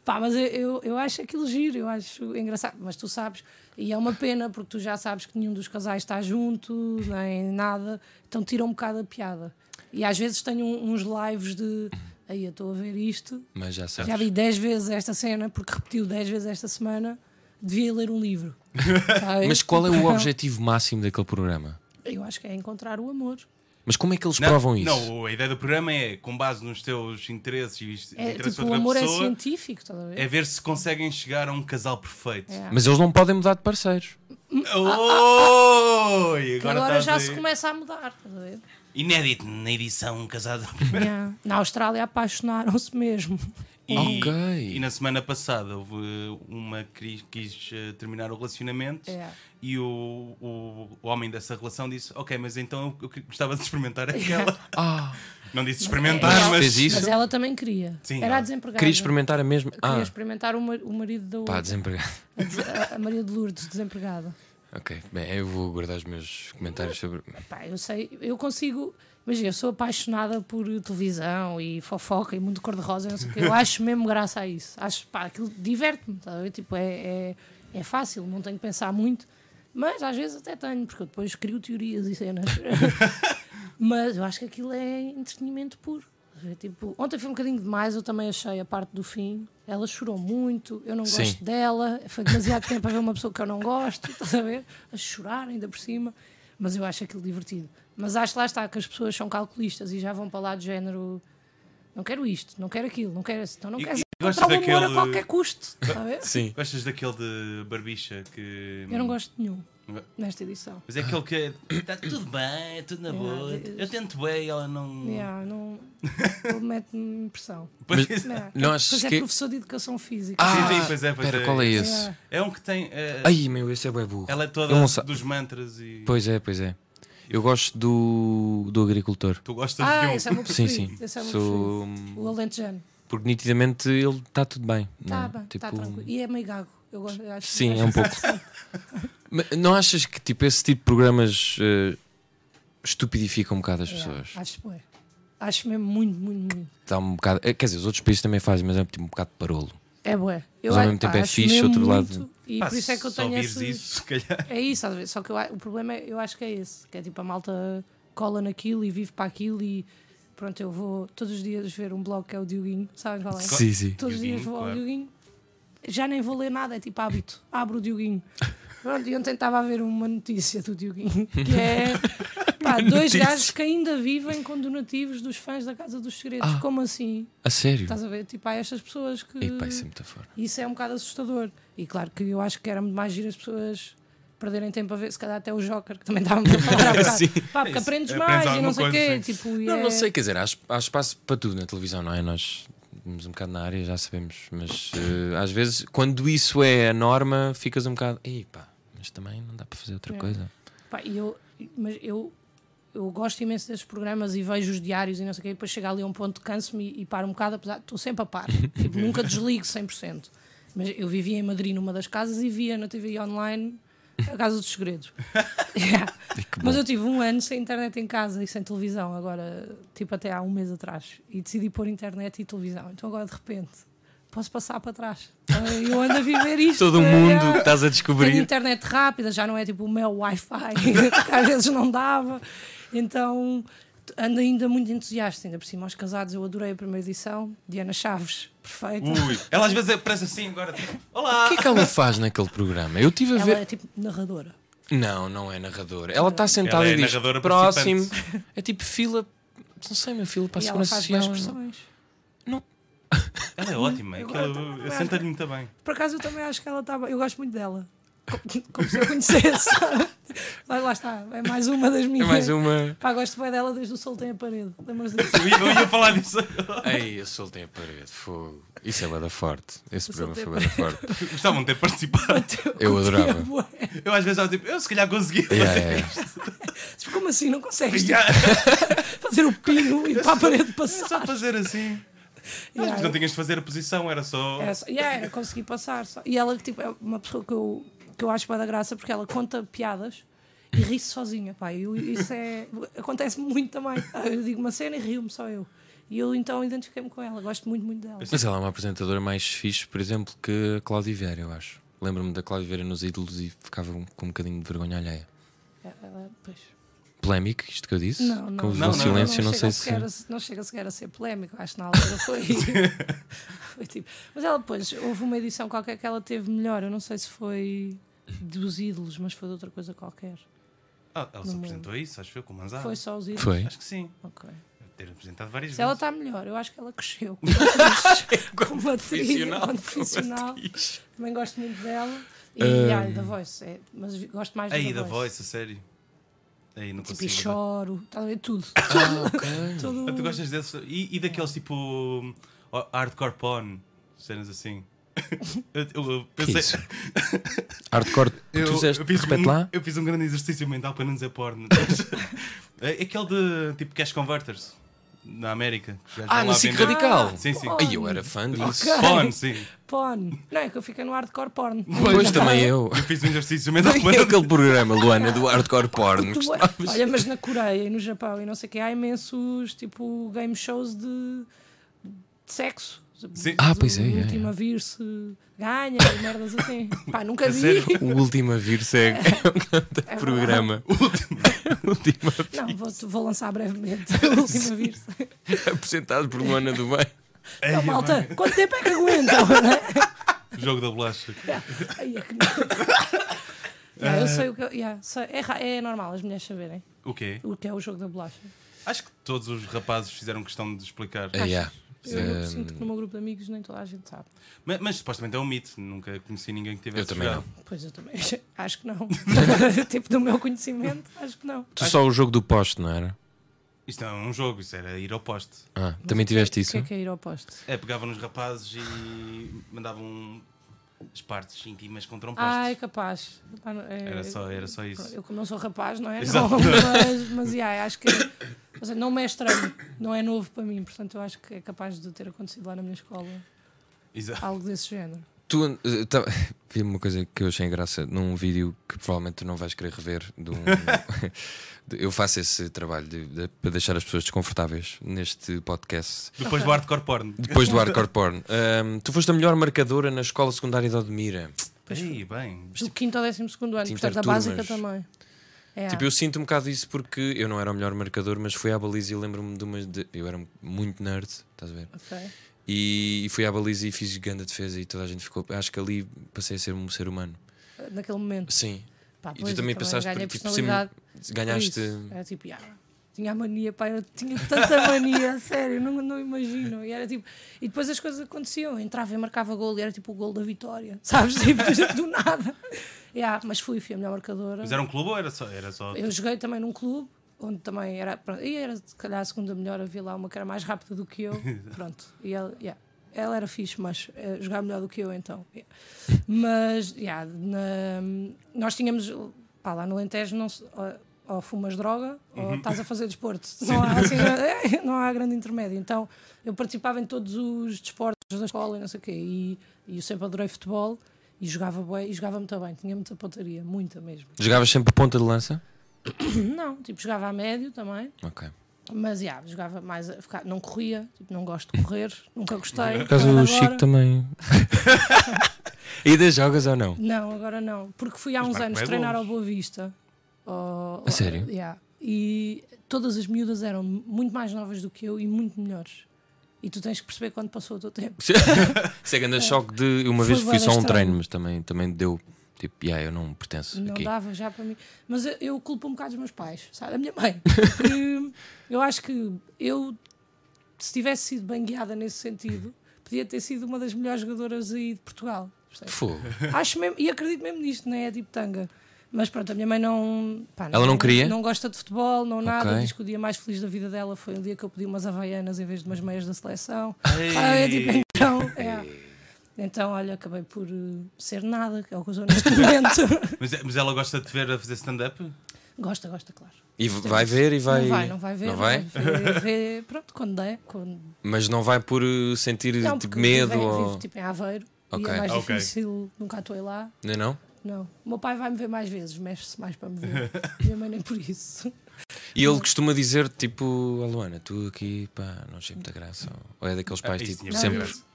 Pá, mas eu, eu, eu acho aquilo giro, eu acho engraçado. Mas tu sabes, e é uma pena porque tu já sabes que nenhum dos casais está junto, nem nada, então tira um bocado a piada. E às vezes tenho um- uns lives de. Aí eu estou a ver isto, Mas já sabes. já vi 10 vezes esta cena, porque repetiu 10 vezes esta semana, devia ler um livro. Sabes? Mas qual é o objetivo máximo daquele programa? Eu acho que é encontrar o amor. Mas como é que eles Não, provam isso? Não, a ideia do programa é, com base nos teus interesses e os É, interesses tipo, de o outra amor é pessoa, científico, estás a ver? é ver se conseguem chegar a um casal perfeito. É. Ah, Mas eles não podem mudar de parceiros. Oh, e Que agora, agora estás já a- se começa a mudar, estás a ver? Inédito na edição um casado. Yeah. Na Austrália apaixonaram-se mesmo. E, Ok. e na semana passada houve eh, uma que quis eh, terminar o relacionamento É. e o, o, o homem dessa relação disse: Ok, mas então eu que- gostava de experimentar aquela. Ah, Não disse Mas experimentar, ela mas. fez isso? Mas ela também queria. Sim, Era ela- a desempregada. queria experimentar a mesma. Queria Ah, experimentar o, mar- o marido da pá, outra, desempregado. a des- a, a Maria de Lourdes, desempregada. Ok, bem, eu vou guardar os meus comentários sobre. Pá, eu sei, eu consigo. Imagina, eu sou apaixonada por televisão e fofoca e mundo cor-de-rosa, e não sei o quê. Eu acho mesmo graça a isso. Acho, pá, aquilo diverte-me, tá a ver? tipo, é, é, é fácil, não tenho que pensar muito. Mas às vezes até tenho, porque eu depois crio teorias e cenas. mas eu acho que aquilo é entretenimento puro. Tá a ver? Tipo, ontem foi um bocadinho demais, eu também achei a parte do fim. Ela chorou muito, eu não Sim. gosto dela, foi demasiado tempo a ver uma pessoa que eu não gosto, estás a ver? A chorar ainda por cima, mas eu acho aquilo divertido. Mas acho que lá está que as pessoas são calculistas e já vão para lá do género. Não quero isto, não quero aquilo, não quero isso, então não E- quero e encontrar o amor gostas a daquele- qualquer custo, está a ver? Sim. Gostas daquele de barbicha que. Eu não gosto de nenhum Não- nesta edição. Mas é aquele que é. Está tudo bem, é tudo na boa. de- Eu tento bem e ela não. Yeah, não ele mete-me pressão. Pois- Não. Não Pois achas é que. professor de educação física. Ah, Sim, sim, pois é, pois pera, é. qual é esse? Yeah. É um que tem. eh, Ai, meu, esse é bué burro. ela é toda eu não sa- dos mantras e. Pois é, pois é. Eu gosto do, do agricultor. Tu gostas de Ah, um. esse é o meu Sim, preferido. sim. Esse é o meu Sou. preferido. O Alentejano. Porque nitidamente ele está tudo bem. Está não é? Tá bem, está tranquilo. E é meio gago. Eu gosto, eu acho Sim, é um pouco. Mas não achas que tipo, esse tipo de programas eh, estupidifica um bocado as pessoas? É, acho, bué. acho mesmo muito, muito, muito. Dá um bocado, eh, quer dizer, os outros países também fazem, mas é tipo, um bocado de parolo. É bué. Mas Eu ao acho- mesmo tempo pá, é acho fixe, mesmo outro lado- muito, E Pá, por isso é que eu se tenho ouvires esse... isso, se calhar. É isso, às vezes. Só que eu a- o problema, é, eu acho que é esse. Que é tipo, a malta cola naquilo e vive para aquilo e... Pronto, eu vou todos os dias ver um blog que é o Dioguinho, sabes qual é? Sim, sim. Todos os dias Dioguinho, vou ao claro. Dioguinho. Já nem vou ler nada, é tipo hábito. Abro o Dioguinho. Pronto, e ontem estava a ver uma notícia do Dioguinho, que é pá, dois notícia. gajos que ainda vivem com donativos dos fãs da Casa dos Segredos. Ah. Como assim? A sério? Estás a ver? Tipo, há estas pessoas que. Ei, pá, isso é muito fora. Isso é um bocado assustador. E claro que eu acho que era muito mais giro as pessoas perderem tempo a ver, se calhar até o Joker, que também estávamos a falar há bocado. Pá, porque aprendes Aprendes mais e alguma não sei o coisa, quê. sim. Tipo, Não, é- não sei, quer dizer, há, es- há espaço para tudo na televisão, não é? Nós estamos um bocado na área, já sabemos, mas eh, às vezes, quando isso é a norma, ficas um bocado. Ei, pá, mas também não dá para fazer É. outra coisa. Pá, e eu, mas eu, eu gosto imenso desses programas e vejo os diários e não sei o quê, e depois chega ali a um ponto de canso-me e, e paro um bocado, apesar de estou sempre a par, tipo, nunca desligo 100%. Mas eu vivia em Madrid numa das casas e via na TV online a Casa dos Segredos. Yeah. Mas eu tive um ano sem internet em casa e sem televisão, agora, tipo até há um mês atrás, e decidi pôr internet e televisão. Então agora de repente posso passar para trás. Então, Eu ando a viver isto. Todo o mundo é, que estás a Tenho descobrir. internet rápida, já não é tipo o meu Wi-Fi, que às vezes não dava. Então t- ando ainda muito entusiasta, ainda por cima aos casados. Eu adorei a primeira edição. Diana Chaves, perfeita. Ui, ela às vezes aparece assim agora. tipo, Olá! O que é que ela faz naquele programa? Eu estive a Ela ver. é tipo narradora. Não, não é narradora. Ela está sentada Ela é e diz narradora próximo. É tipo fila. Não sei, meu fila para a e ela segunda faz boas social. expressões. Ela é ótima, Agora aquilo- tá- senta-lhe muito bem. Por acaso eu também acho que ela estava. Eu gosto muito dela. Como, como se eu conhecesse. Mas lá está, é mais uma das É minhas. mais uma. Pá, gosto bem dela desde o sol tem a parede. Lembras disso? Eu ia- eu ia falar disso agora. Ei, eu soltei a parede, fogo. Isso é bada forte. Esse Eu programa soltei foi a bada forte. Gostavam de ter participado. Eu adorava. Eu às vezes estava tipo, eu se calhar conseguia. Yeah, yeah. Mas como assim? Não consegues tipo, Yeah. fazer o pino e para a parede É só passar? fazer assim. Mas Yeah. não tinhas de fazer a posição, era só. É só- yeah, eu consegui passar. Só. E ela tipo, é uma pessoa que eu, que eu acho bem da graça porque ela conta piadas e ri-se sozinha. Pá. E eu- isso é. acontece muito também. Ah, Eu digo uma cena e rio-me só eu. E eu então identifiquei-me com ela. Gosto muito, muito dela. Mas ela é uma apresentadora mais fixe, por exemplo, que a Cláudia Vieira, eu acho. Lembro-me da Cláudia Vieira nos ídolos e ficava um- com um bocadinho de vergonha alheia. Ela, pois. Polémico, isto que eu disse? Não, não. Com o Não, não, não, silêncio, não, sei chega sequer se. a se- não chega sequer a ser polémico, acho que na altura foi. foi tipo- Mas ela depois, houve uma edição qualquer que ela teve melhor, eu não sei se foi dos ídolos, mas foi de outra coisa qualquer. Ah, ela se Não me apresentou a isso, acho que foi com o Manzaro. Foi só os ídolos. Foi. Acho que sim. Ok. Deve ter apresentado várias Se ela vezes. está melhor, eu acho que ela cresceu. Mas, como atriz, profissional, como como profissional. Também gosto muito dela. E Hum. ai, da Voice, é, mas vi- gosto mais Aí da da voice, a sério. Aí não Tipo, e consigo. né? choro, está a ver tudo. É Tudo. É. Ah, tu gostas desse. E, e daqueles tipo. ó, Hardcore porn. Cenas assim. Eu, eu- eu pensei. isso? Hardcore, tu disseste, repete um, lá. eu fiz um grande exercício mental para não dizer porno. Mas, é Aquele de tipo cash converters na América. que os gajos Ah, vão no lá SIC vender. Radical. Sim, sim. Ai, eu era fã disso. Ok. Porn, sim. Porn. Não, é que eu fiquei no hardcore porn. Pois também eu. Eu fiz um exercício mental E para não aquele programa, Luana, do hardcore porn. Tu- é- Gostava- olha, mas na Coreia e no Japão e não sei o que há imensos tipo game shows de, de sexo. Sim. Ah, pois é, O é, último é. a vir-se ganha e merdas assim. Pá, nunca A vi. sério? O último a vir segue. É um grande programa. O último a Não, vou, vou lançar brevemente. O último a vir-se. vir, apresentado por Luana do Bem. Então, malta, quanto tempo é que aguentam? é? Jogo da bolacha. Ai, é que não. Yeah, eu sei o que. yeah, sei- é, ra- é normal as mulheres saberem O quê? o que é o jogo da bolacha. Acho que todos os rapazes fizeram questão de explicar. Ah, yeah. Eu Hum, sinto que no meu grupo de amigos nem toda a gente sabe. Mas, mas supostamente é um mito. Nunca conheci ninguém que tivesse Eu também jogado. Pois eu também acho que não. tipo do meu conhecimento, acho que não. Tu só o jogo do poste, não era? Isto não é um jogo, isso era ir ao poste. Ah, também tiveste O isso? que é que é ir ao poste? É, pegavam nos rapazes e mandavam as partes íntimas contra um poste. Ah, é capaz. Ah, não, é- Era só- era só isso. Eu, como não sou rapaz, não é? Exato. Não, mas mas yeah, acho que. ou seja, não me é estranho, não é novo para mim, portanto eu acho que é capaz de ter acontecido lá na minha escola Exato. algo desse género. Tu, eh, tá- vi uma coisa que eu achei graça num vídeo que provavelmente tu não vais querer rever. de um- de- eu faço esse trabalho de- de- para deixar as pessoas desconfortáveis neste podcast. Depois do hardcore porn. Depois do hardcore porn. Ahm, tu foste a melhor marcadora na escola secundária de Odmira. Aí, bem. Do tipo, quinto ao décimo segundo ano, Tinha portanto a turmas. básica também. É. Tipo, eu sinto um bocado isso porque eu não era o melhor marcador, mas fui à baliza e lembro-me de uma. de- eu era muito nerd, estás a ver? Ok. E, e fui à baliza e fiz grande defesa e toda a gente ficou. Acho que ali passei a ser um ser humano. Naquele momento. Sim. Pá, E Ah, pois, tu eu também passaste por ganhei tipo, personalidade. sempre ganhaste. Isso. Era tipo, "Ya, tinha a mania, pá, eu tinha tanta mania, a sério, não, não imagino. E era tipo, e depois as coisas aconteciam, eu entrava e marcava gol e era tipo o gol da vitória, sabes? Tipo, do nada. Ya, mas fui, fui a melhor marcadora. Mas era um clube ou era só. Era só... Eu joguei também num clube onde também era, pronto, e era se calhar a segunda melhor, havia lá uma que era mais rápida do que eu, pronto, e ela, yeah, ela era fixe, mas eh, jogava melhor do que eu então, yeah. mas yeah, na- nós tínhamos, pá, lá no Alentejo não se- ou, ou fumas droga ou estás a fazer desporto, não há, assim, eh, não há grande intermédio, então eu participava em todos os desportos da escola e não sei o quê, e, e eu sempre adorei futebol, e jogava bem, e jogava muito bem, tinha muita pontaria, muita mesmo. Jogavas sempre ponta de lança? Não, tipo, jogava a médio também. Ok. Mas, já, jogava mais. a ficar- não corria, tipo, não gosto de correr, nunca gostei. Por causa agora- do Chico também. Ainda jogas ou não? Não, agora não. Porque fui há Mas uns marco anos bué treinar ao golos. Boa Vista. Ao- A sério? Yeah. E todas as miúdas eram muito mais novas do que eu e muito melhores. E tu tens que perceber quando passou o teu tempo. Isso é grande choque de. Uma Foi vez fui bué só a um estranho. treino, mas também, também deu. Tipo, yeah, eu não pertenço Não aqui. dava já para mim. Mas eu, eu culpo um bocado os meus pais, sabe? A minha mãe. Porque eu acho que eu, se tivesse sido bem guiada nesse sentido, podia ter sido uma das melhores jogadoras aí de Portugal. percebes? Fogo. Acho mesmo, e acredito mesmo nisto, não é? É Tipo tanga. Mas pronto, a minha mãe não. pá, Ela não queria? Não gosta de futebol, não nada. Ok. Diz que o dia mais feliz da vida dela foi o dia que eu pedi umas havaianas em vez de umas meias da seleção. Ah, é tipo, então. é. Então, olha, acabei por eh, ser nada, que é o que eu sou neste momento. Mas, é, mas ela gosta de te ver a fazer stand-up? gosta, gosta, claro. E v- vai ver e vai. Não vai, não vai ver. Não vai? ver- ver- pronto, quando der. Quando... Mas não vai por uh, sentir Não, tipo, porque medo vivo, ou. vivo tipo em Aveiro. E Ok. é mais Ok. difícil, nunca atuei lá. Não, é não? Não. O meu pai vai-me ver mais vezes, mexe-se mais para me ver. Minha mãe nem por isso. E ele costuma dizer tipo, a Luana, tu aqui, pá, não achei muita graça. ou- Ou é daqueles pais isso tipo, tinha sempre. muita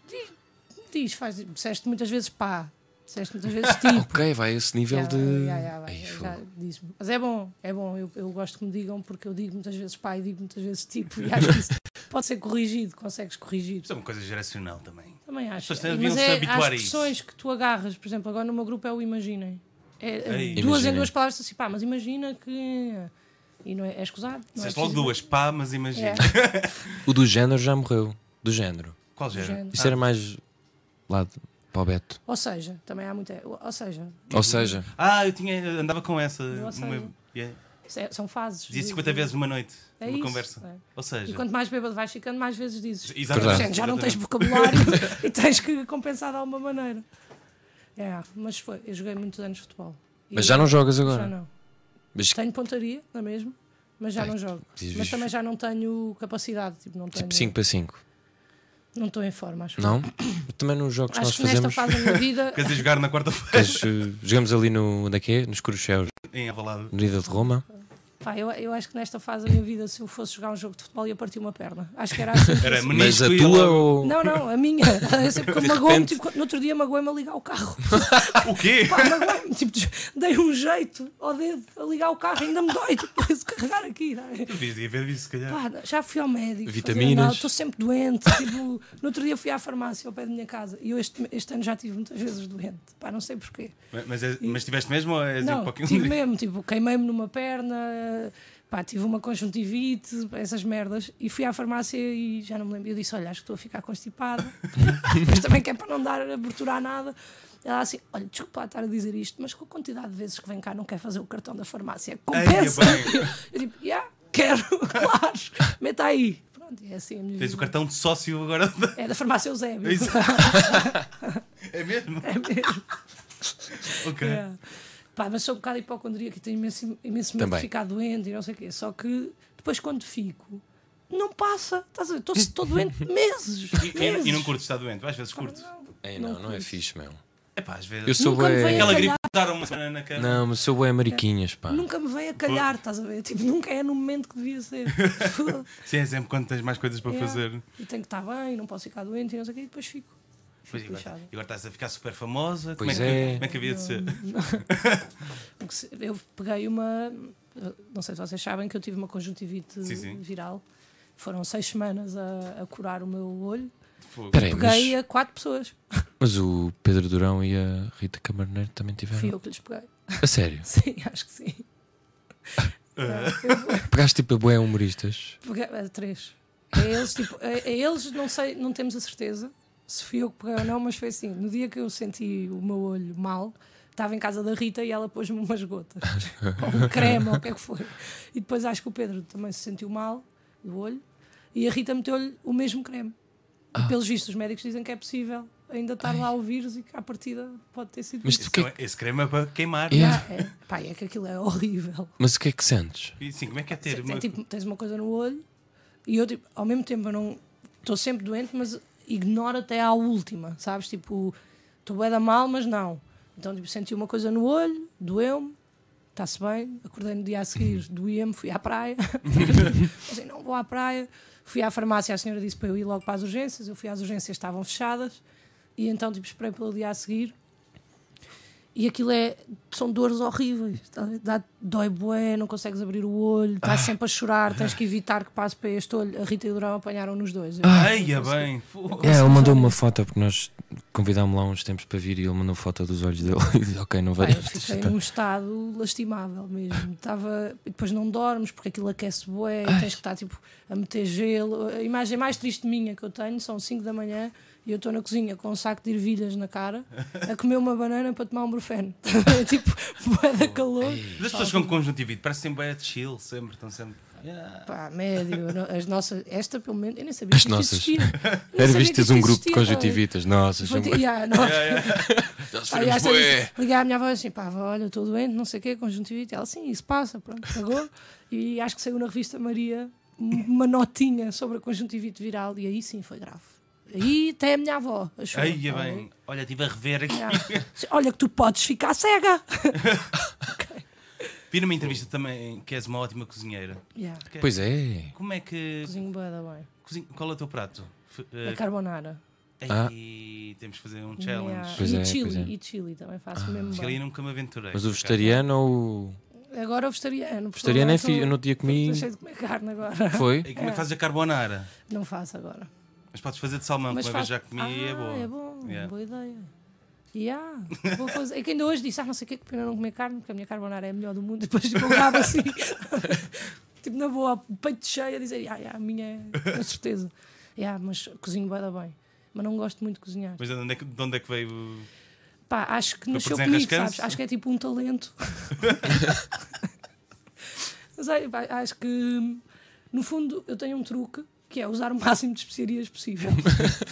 Diz, faz, disseste muitas vezes pá, disseste muitas vezes tipo. Ok, vai a esse nível Já, de. já, já, vai, Ai, já fogo. diz-me. Mas é bom, é bom. Eu, eu gosto que me digam porque eu digo muitas vezes pá e digo muitas vezes tipo. E acho que isso pode ser corrigido, consegues corrigir. Isto é uma coisa geracional também. Também acho. As pessoas deviam Mas se é, habituar as a isso. expressões que tu agarras, por exemplo, agora no meu grupo é o imaginem. É, é, Ei. duas Imaginem. em duas palavras assim, pá, mas imagina que. E não é, é escusado. Não é Disseste logo preciso- duas, pá, mas imagina. É. O do género já morreu. Do género. Qual género? género. Isso era mais lá de- para o Beto. Ou seja, também há muita. Ou seja, Ou seja, Ah, eu tinha, eu andava com essa. Nossa, numa- eu- yeah. isso é- são fases. Dizia de- 50 vezes uma noite, É uma isso, conversa. é. Ou E seja, quanto mais bêbado vais ficando, mais vezes dizes. Exatamente. Portanto, já não tens vocabulário e tens que compensar de alguma maneira. É, mas foi. Eu joguei muitos anos de futebol. E mas já não jogas Já agora. não. Mas Tenho pontaria, não é mesmo? Mas já Ai, não jogo. dizes- Mas também já não tenho capacidade. Tipo, não tenho. tipo 5 para 5. Não estou em forma, acho. Não? Mas Também nos jogos que nós Acho que nesta fazemos. fase da minha vida. Queres ir jogar na quarta-feira Mas, eh, jogamos ali no. Onde é que é? Nos Cruxéus, em Avalado? na Ida de Roma. pá, eu, eu acho que nesta fase da minha vida, se eu fosse jogar um jogo de futebol, ia partir uma perna. Acho que era assim. Era Mas menisco a e tua ela- ou. Não, não, a minha. É sempre É que eu um De magoou-me. repente. Tipo, no outro dia magoei-me a ligar o carro. O quê? Pá, magoei-me. Tipo, dei um jeito ao dedo a ligar o carro, ainda me dói. Tipo, preciso carregar aqui. não é? Devias de haver isso, se calhar. Pá, já fui ao médico. fazer Vitaminas. análise, Estou sempre doente. Tipo, no outro dia fui à farmácia ao pé da minha casa e eu este, este ano já estive muitas vezes doente. Pá, não sei porquê. Mas, mas, é- mas tiveste mesmo ou és um Não, pouquinho tive mesmo, tipo, queimei-me numa perna, pá, tive uma conjuntivite, essas merdas, e fui à farmácia e já não me lembro. Eu disse: Olha, acho que estou a ficar constipada, mas também que é para não dar abertura a nada. Ela assim: Olha, desculpa lá estar a dizer isto, mas com a quantidade de vezes que vem cá, não quer fazer o cartão da farmácia, compensa. Ai, é eu, tipo: Yeah, quero, claro, meta aí. Pronto, e é assim a minha Tens o vida. cartão de sócio agora. É da farmácia Eusébio. É isso. É mesmo? É mesmo. Ok. Yeah. É. Pá, mas sou um bocado hipocondríaca e tenho imenso, imenso medo Também. de ficar doente e não sei o quê. Só que depois quando fico, não passa. Estás a ver? Estou- Estou doente meses. E, e- meses. e não curto estar doente, às vezes curto. Ei, não, não é curto. fixe, meu. É pá, às vezes. Eu sou Nunca me bué- veio Aquela calhar- gripe que daram uma semana na cama. Não, mas sou bué mariquinhas, pá. Nunca me veio a calhar, estás a ver? Tipo, nunca é no momento que devia ser. Sim, é sempre quando tens mais coisas para Yeah. fazer. E tenho que estar bem, não posso ficar doente e não sei o quê. E depois fico. Pois, é, e Fico agora, lixada. e agora estás a ficar super famosa. Pois como, é que, é. como é que havia de ser? Porque se- Eu peguei uma. Não sei se vocês sabem que eu tive uma conjuntivite Sim, sim. viral. Foram seis semanas a, a curar o meu olho. Fogo. Espera aí, mas, Peguei a quatro pessoas. mas o Pedro Durão e a Rita Camarneiro também Fui tiveram. eu que lhes peguei. A sério. Sim, acho que sim. É. Pegaste tipo a bué humoristas. Peguei- eh, três. A eles, tipo, a, a eles não sei, não temos a certeza se fui eu que peguei ou não, mas foi assim. No dia que eu senti o meu olho mal, estava em casa da Rita e ela pôs-me umas gotas, ou um creme, ou o que é que foi. E depois acho que o Pedro também se sentiu mal do olho e a Rita meteu-lhe o mesmo creme. Ah. E pelos vistos, os médicos dizem que é possível ainda estar lá o vírus e que à partida pode ter sido. Mas isso. tu Esse, que creme- esse creme é para queimar. Yeah. Ah, é. Pá, é que aquilo é horrível. Mas o que é que sentes? E, Sim, como é que é ter? Tem, uma- tipo, tens uma coisa no olho e eu, tipo, ao mesmo tempo, eu não estou sempre doente, mas ignoro até à última, sabes? Tipo, estou bem da mal, mas não. Então, tipo, senti uma coisa no olho, doeu-me, está-se bem. Acordei no dia a seguir, doía-me, fui à praia. Pensei, não vou à praia. Fui à farmácia, a senhora disse para eu ir logo para as urgências. Eu fui às urgências, estavam fechadas. E então, tipo, esperei pelo dia a seguir. E aquilo é. São dores horríveis. tá a ver? Dá, dói bué, não consegues abrir o olho, estás sempre a chorar, tens que evitar que passe para este olho. A Rita e o Durão apanharam nos dois. Eu- Eia, bem. fogo. É, ele mandou uma foto porque nós convidámos lá uns tempos para vir e ele mandou foto dos olhos dele. E disse, ok, não vai Pá, eu dar. fiquei num um estado lastimável mesmo. Estava, e depois não dormes porque aquilo aquece bué, tens que estar tipo a meter gelo. A imagem mais triste minha que eu tenho são 5 da manhã e eu estou na cozinha com um saco de ervilhas na cara a comer uma banana para tomar um brufeno. tipo, bué da calor. É Mas as um pessoas com conjuntivite parecem sempre é chill, sempre, estão sempre. Yeah. Pá, médio, eu não- as nossas, esta pelo menos, eu nem sabia As que isto nossas. existia. Eu nem Era sabia visto que teres isto um grupo de existia. é? conjuntivitas. Nossa, Foi, chamo- yeah, não, já se Pá, e viramos às tantas, bué. Liguei à minha avó assim, pá, avó, olha, eu estou doente, não sei o quê, conjuntivite. Ela, sim, isso passa, pronto, pagou. E acho que saiu na revista Maria uma notinha sobre a conjuntivite viral e aí sim foi grave. Aí até a minha avó achou. Eia, tá é bem. Olha, estive a rever aqui. bem? Olha que tu podes ficar cega. Vi numa entrevista também que és uma ótima cozinheira. Yeah, Pois é. Como é que. cozinho bué da bem. Cozinha... Qual é o teu prato? F- A eh, carbonara. Ah. Ei, temos que fazer um Yeah. challenge. Ah, Pois E é, chili, pois é. e chili também faço mesmo Chile bem. nunca me aventurei. Mas o vegetariano ou. O Agora eh, o vegetariano. porque vegetariano é agora fixe. tô- Eu no dia comi. Deixei de comer carne agora. Foi? E como é que fazes a carbonara? Não faço agora. Mas podes fazer de salmão, que uma vez faz- já comi e é Ah, boa. É bom, Yeah. boa ideia. Yeah, vou fazer. É que ainda hoje disse, ah, não sei o que, que pena não comer carne, porque a minha carbonara é a melhor do mundo. E depois tipo, eu gravo assim, tipo na boa, peito cheio, a dizer, ah, yeah, a minha é, com certeza. Yeah, mas cozinho bem, bem. Mas não gosto muito de cozinhar. Mas de onde, é que, de onde é que veio? o- Pá, acho que nasceu desenho comigo, rascanço. sabes? Acho que é tipo um talento. Mas ai, pá, acho que, no fundo, eu tenho um truque que é usar o máximo de especiarias possível.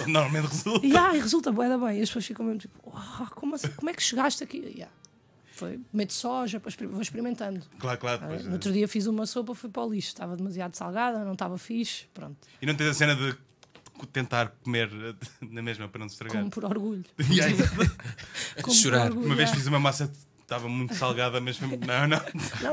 Normalmente resulta. E ah, e resulta bué da bem. E as pessoas ficam mesmo tipo, "Uau, como, assim? como é que chegaste aqui? E, ah, Foi, meto soja, depois exper- vou experimentando. Claro, claro. Ah, Depois, eh, No outro dia fiz uma sopa, fui para o lixo. Estava demasiado salgada, não estava fixe. Pronto, E não tens a cena de co- tentar comer eh, na mesma para não se estragar. como por orgulho. E aí, Como Chorar. Por orgulho, uma vez ah. fiz uma massa que estava muito salgada, mas foi- não, não. Não,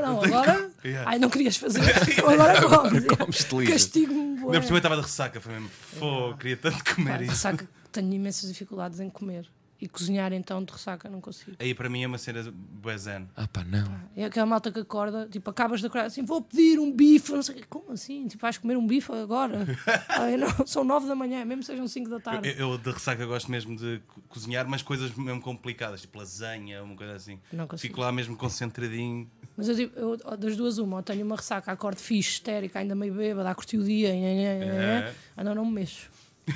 não, agora. Yeah. Ai, não querias fazer. Então Agora, agora comes de lixo. Castigo-me. bué. Ainda por cima é eu estava de ressaca, foi mesmo. Fô, queria tanto Pá, comer de isso. ressaca, tenho imensas dificuldades em comer. E cozinhar, então, de ressaca, não consigo. Aí para mim é uma cena bué zen. Ah, pá, não. É aquela malta que acorda, tipo, acabas de acordar assim, vou pedir um bife, não sei o quê. Como assim? Tipo, vais comer um bife agora? Ah, eu não- são nove da manhã, mesmo sejam cinco da tarde. Eu, eu de ressaca gosto mesmo de co- cozinhar, mas coisas mesmo complicadas, tipo lasanha, uma coisa assim. Não consigo. Fico lá mesmo concentradinho. Mas eu, tipo, eu, ó, das duas, uma, ou tenho uma ressaca, acordo fixe, histérica, ainda meio bêbada, a curtir o dia, nhan, nhan, nhan, nhan. ah, não, não me mexo.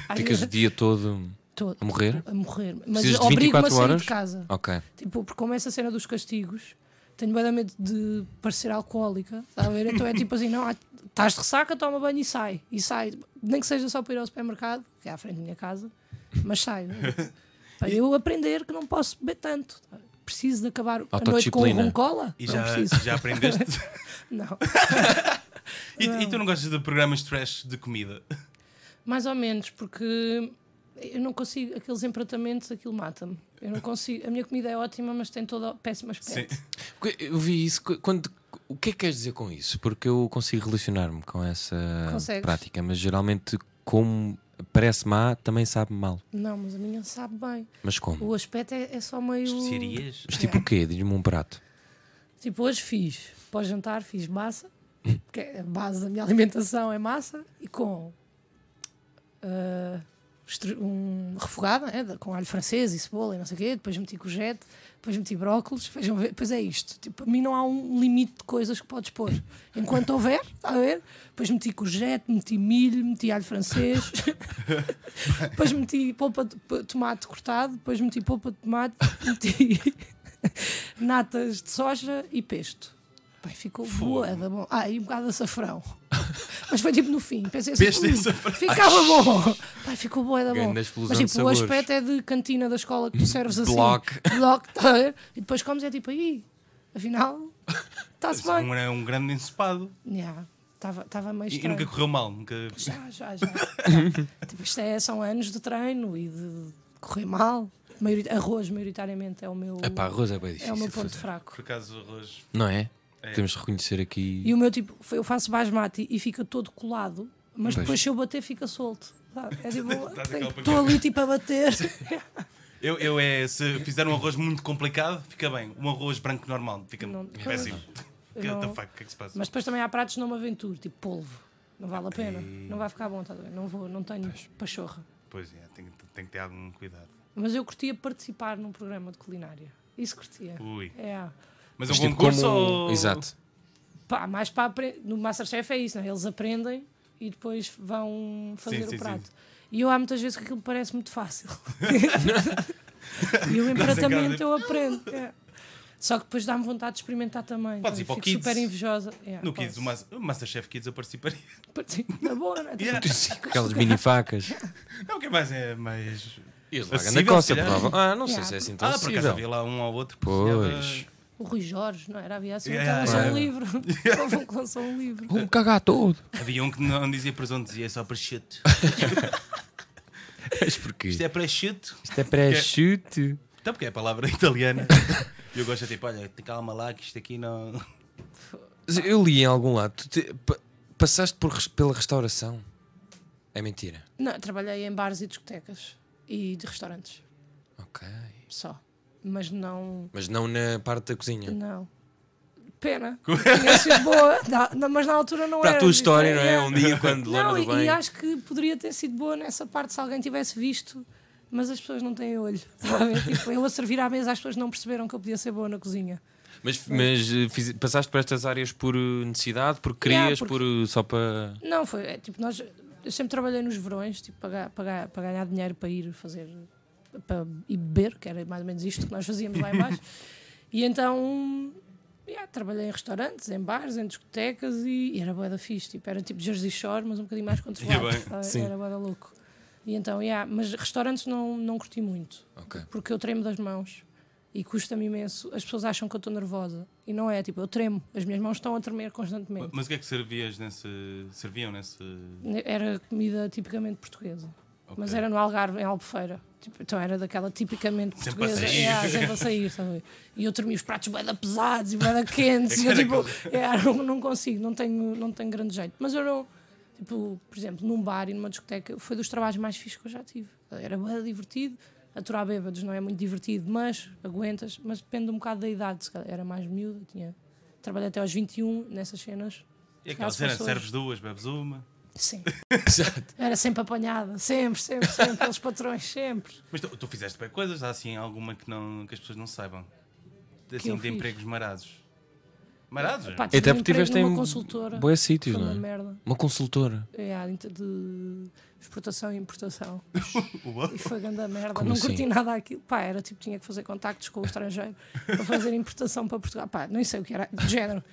Às Ficas o vezes- dia todo Tô- a morrer? a morrer. é. Mas Precisas de obrigo-me a 24 sair horas? de casa. Ok. Tipo, porque como essa cena dos castigos, tenho bem medo de parecer alcoólica, está a ver? Então é tipo assim, não, ah, estás de ressaca, toma banho e sai. E sai, nem que seja só para ir ao supermercado, que é à frente da minha casa, mas sai. é? para eu aprender que não posso beber tanto. tá? Preciso de acabar a noite com um Autodisciplina. roncola? E não já, preciso. já aprendeste? Não. e, e tu não gostas de programas trash de comida? Mais ou menos, porque eu não consigo, aqueles empratamentos, aquilo mata-me. Eu não consigo, a minha comida é ótima, mas tem todo o péssimo Sim. aspecto. Que- Eu vi isso. que- Quando, o que é que queres dizer com isso? Porque eu consigo relacionar-me com essa Consegues. prática, mas geralmente, como parece má, também sabe mal. Não, mas a minha sabe bem. Mas como? O aspecto é, é só meio. Especiarias? Mas tipo o quê? Diz-me um prato. Tipo, hoje fiz, pós jantar, fiz massa, que é a base da minha alimentação é massa, e com ah, estru- um refogada, né, de- com alho francês e cebola e não sei o quê, depois meti courgette, depois meti brócolis, vejam ver, depois é isto. Tipo, a mim não há um limite de coisas que podes pôr. Enquanto houver, está a ver? Depois meti courgette, meti milho, meti alho francês, depois meti polpa de p- tomate cortado, depois meti polpa de tomate, meti natas de soja e pesto. Bem, ficou boa, da bom. Ah, e um bocado de açafrão. Mas foi tipo no fim. Pensei assim, Pesto e "Hum, açafrão." ficava bom. Pai, ficou boa, da bom. Grande explosão Mas de tipo, o sabores. aspecto é de cantina da escola que tu serves assim. Block. Block, tá a ver? E depois comes e é tipo, aí, afinal, está-se bem. Um, é um grande ensopado. Yeah, Estava estava meio E, e estranho. nunca correu mal. Nunca... é, Já, já, já. tipo, isto é, são anos de treino e de correr mal. Maiori- Arroz, maioritariamente, é o meu, É pá, arroz é bem difícil. é o meu de ponto fazer. fraco. Por acaso, arroz. Não é? É. Temos de reconhecer aqui. E o meu tipo, foi- eu faço basmati e fica todo colado, mas Pois. depois se eu bater fica solto. sabe? É tipo, Estás aquela estou ali tipo a bater. Eu, eu é, se fizer um arroz muito complicado, fica bem. Um arroz branco normal, fica Não- péssimo. Eu What the não- fuck, o que é que se passa? Mas depois também há pratos que não me aventuro, tipo polvo. Não vale a pena. Não vai ficar bom, tá a ver? Não vou, não tenho pachorra. Pois é, tem, tem que ter algum cuidado. Mas eu curtia participar num programa de culinária. Isso curtia. Ui. É. Mas é um Mas tipo, concurso como- ou... Exato. Pá, mais para apre- No Masterchef é isso, não é? Eles aprendem e depois vão fazer Sim, sim, o prato. sim. E eu há muitas vezes que aquilo me parece muito fácil. e o empratamento eu aprendo. é. Só que depois dá-me vontade de experimentar também. Podes ir então para o fico Kids. super invejosa. É, No posso. Kids, o, Mas- o Masterchef Kids eu participaria. Sim, Na boa, né? Yeah. Com Aquelas mini facas. Não, o que mais é mais... E eles lá, Acessível, na costa, se calhar. provavam. Ah, não sei Yeah. se é assim tão Ah, por acaso acessível. havia lá um ao outro. que Pois. É. cozinhava- O Rui Jorge, não era? Havia assim, Yeah, então lançou um yeah. livro. Então lançou um livro. é Vou-me cagar todo. Havia um que não dizia presunto, dizia "É só prosciutto. Mas porquê? Isto é prosciutto. Isto é pré-chute. Então porque é a palavra italiana. E eu gosto é tipo, olha, calma lá que isto aqui não... Eu li em algum lado. tu te- pa- passaste por res- pela restauração. É mentira. Não, trabalhei em bares e discotecas e de restaurantes Ok. só. Mas não. Mas não na parte da cozinha. Não. Pena. Tinha sido boa. Na- na- mas na altura não Para era. a tua história, não é? Yeah. Um dia quando Lona Não, do e, Bem. e acho que poderia ter sido boa nessa parte se alguém tivesse visto, mas as pessoas não têm olho. Está a ver? Tipo, eu a servir à mesa, as pessoas não perceberam que eu podia ser boa na cozinha. Mas, mas, eh, fiz- passaste por estas áreas por eh, necessidade, porque querias, Yeah, porque- por, eh, só para. Não, foi. é, tipo, nós. Eu sempre trabalhei nos verões, tipo, para, ga- para, ga- para ganhar dinheiro para ir fazer. para ir beber, que era mais ou menos isto que nós fazíamos lá em baixo. e então. yeah, trabalhei em restaurantes, em bares, em discotecas e, e era boa da fixe. Tipo, era tipo Jersey Shore, mas um bocadinho mais controlado. bem, tá? sim. Era boa da louco. E então, yeah, mas restaurantes não, não curti muito Ok. porque eu tremo das mãos e custa-me imenso. As pessoas acham que eu estou nervosa e não é, tipo, eu tremo, as minhas mãos estão a tremer constantemente. Mas o que é que servias nesse... Serviam nesse... Era comida tipicamente portuguesa. Ok. Mas era no Algarve, em Albufeira. Tipo, então era daquela tipicamente Sempre a portuguesa. sair. É, sempre a sair, sabe? E eu tremia os pratos bué da pesados e bué da É quentes. que e eu, era tipo, é, não, não consigo, não tenho, não tenho grande jeito. Mas eu não... Tipo, por exemplo, num bar e numa discoteca, foi dos trabalhos mais fixos que eu já tive. Era bué divertido. Aturar bêbados não é muito divertido, mas aguentas. Mas depende um bocado da idade. Se calhar era mais miúdo, tinha... Trabalhei até aos 21 nessas cenas. E aquela As cena, pessoas- serves duas, bebes uma. Sim. Exato. Era sempre apanhada, sempre, sempre, sempre, pelos patrões, sempre. Mas tu, tu fizeste bem coisas, há assim alguma que, não, que as pessoas não saibam? Assim, eu de fiz? empregos marados. Marados? Pá, É. Até tive um porque emprego tiveste numa em consultora. boas sítios, Foi uma não é? merda. Uma consultora. É, há de- de exportação e importação. Uau. E foi grande merda. Como não assim? curti nada aquilo. Pá, era tipo, tinha que fazer contactos com o estrangeiro para fazer importação para Portugal. Pá, nem sei o que era. De género.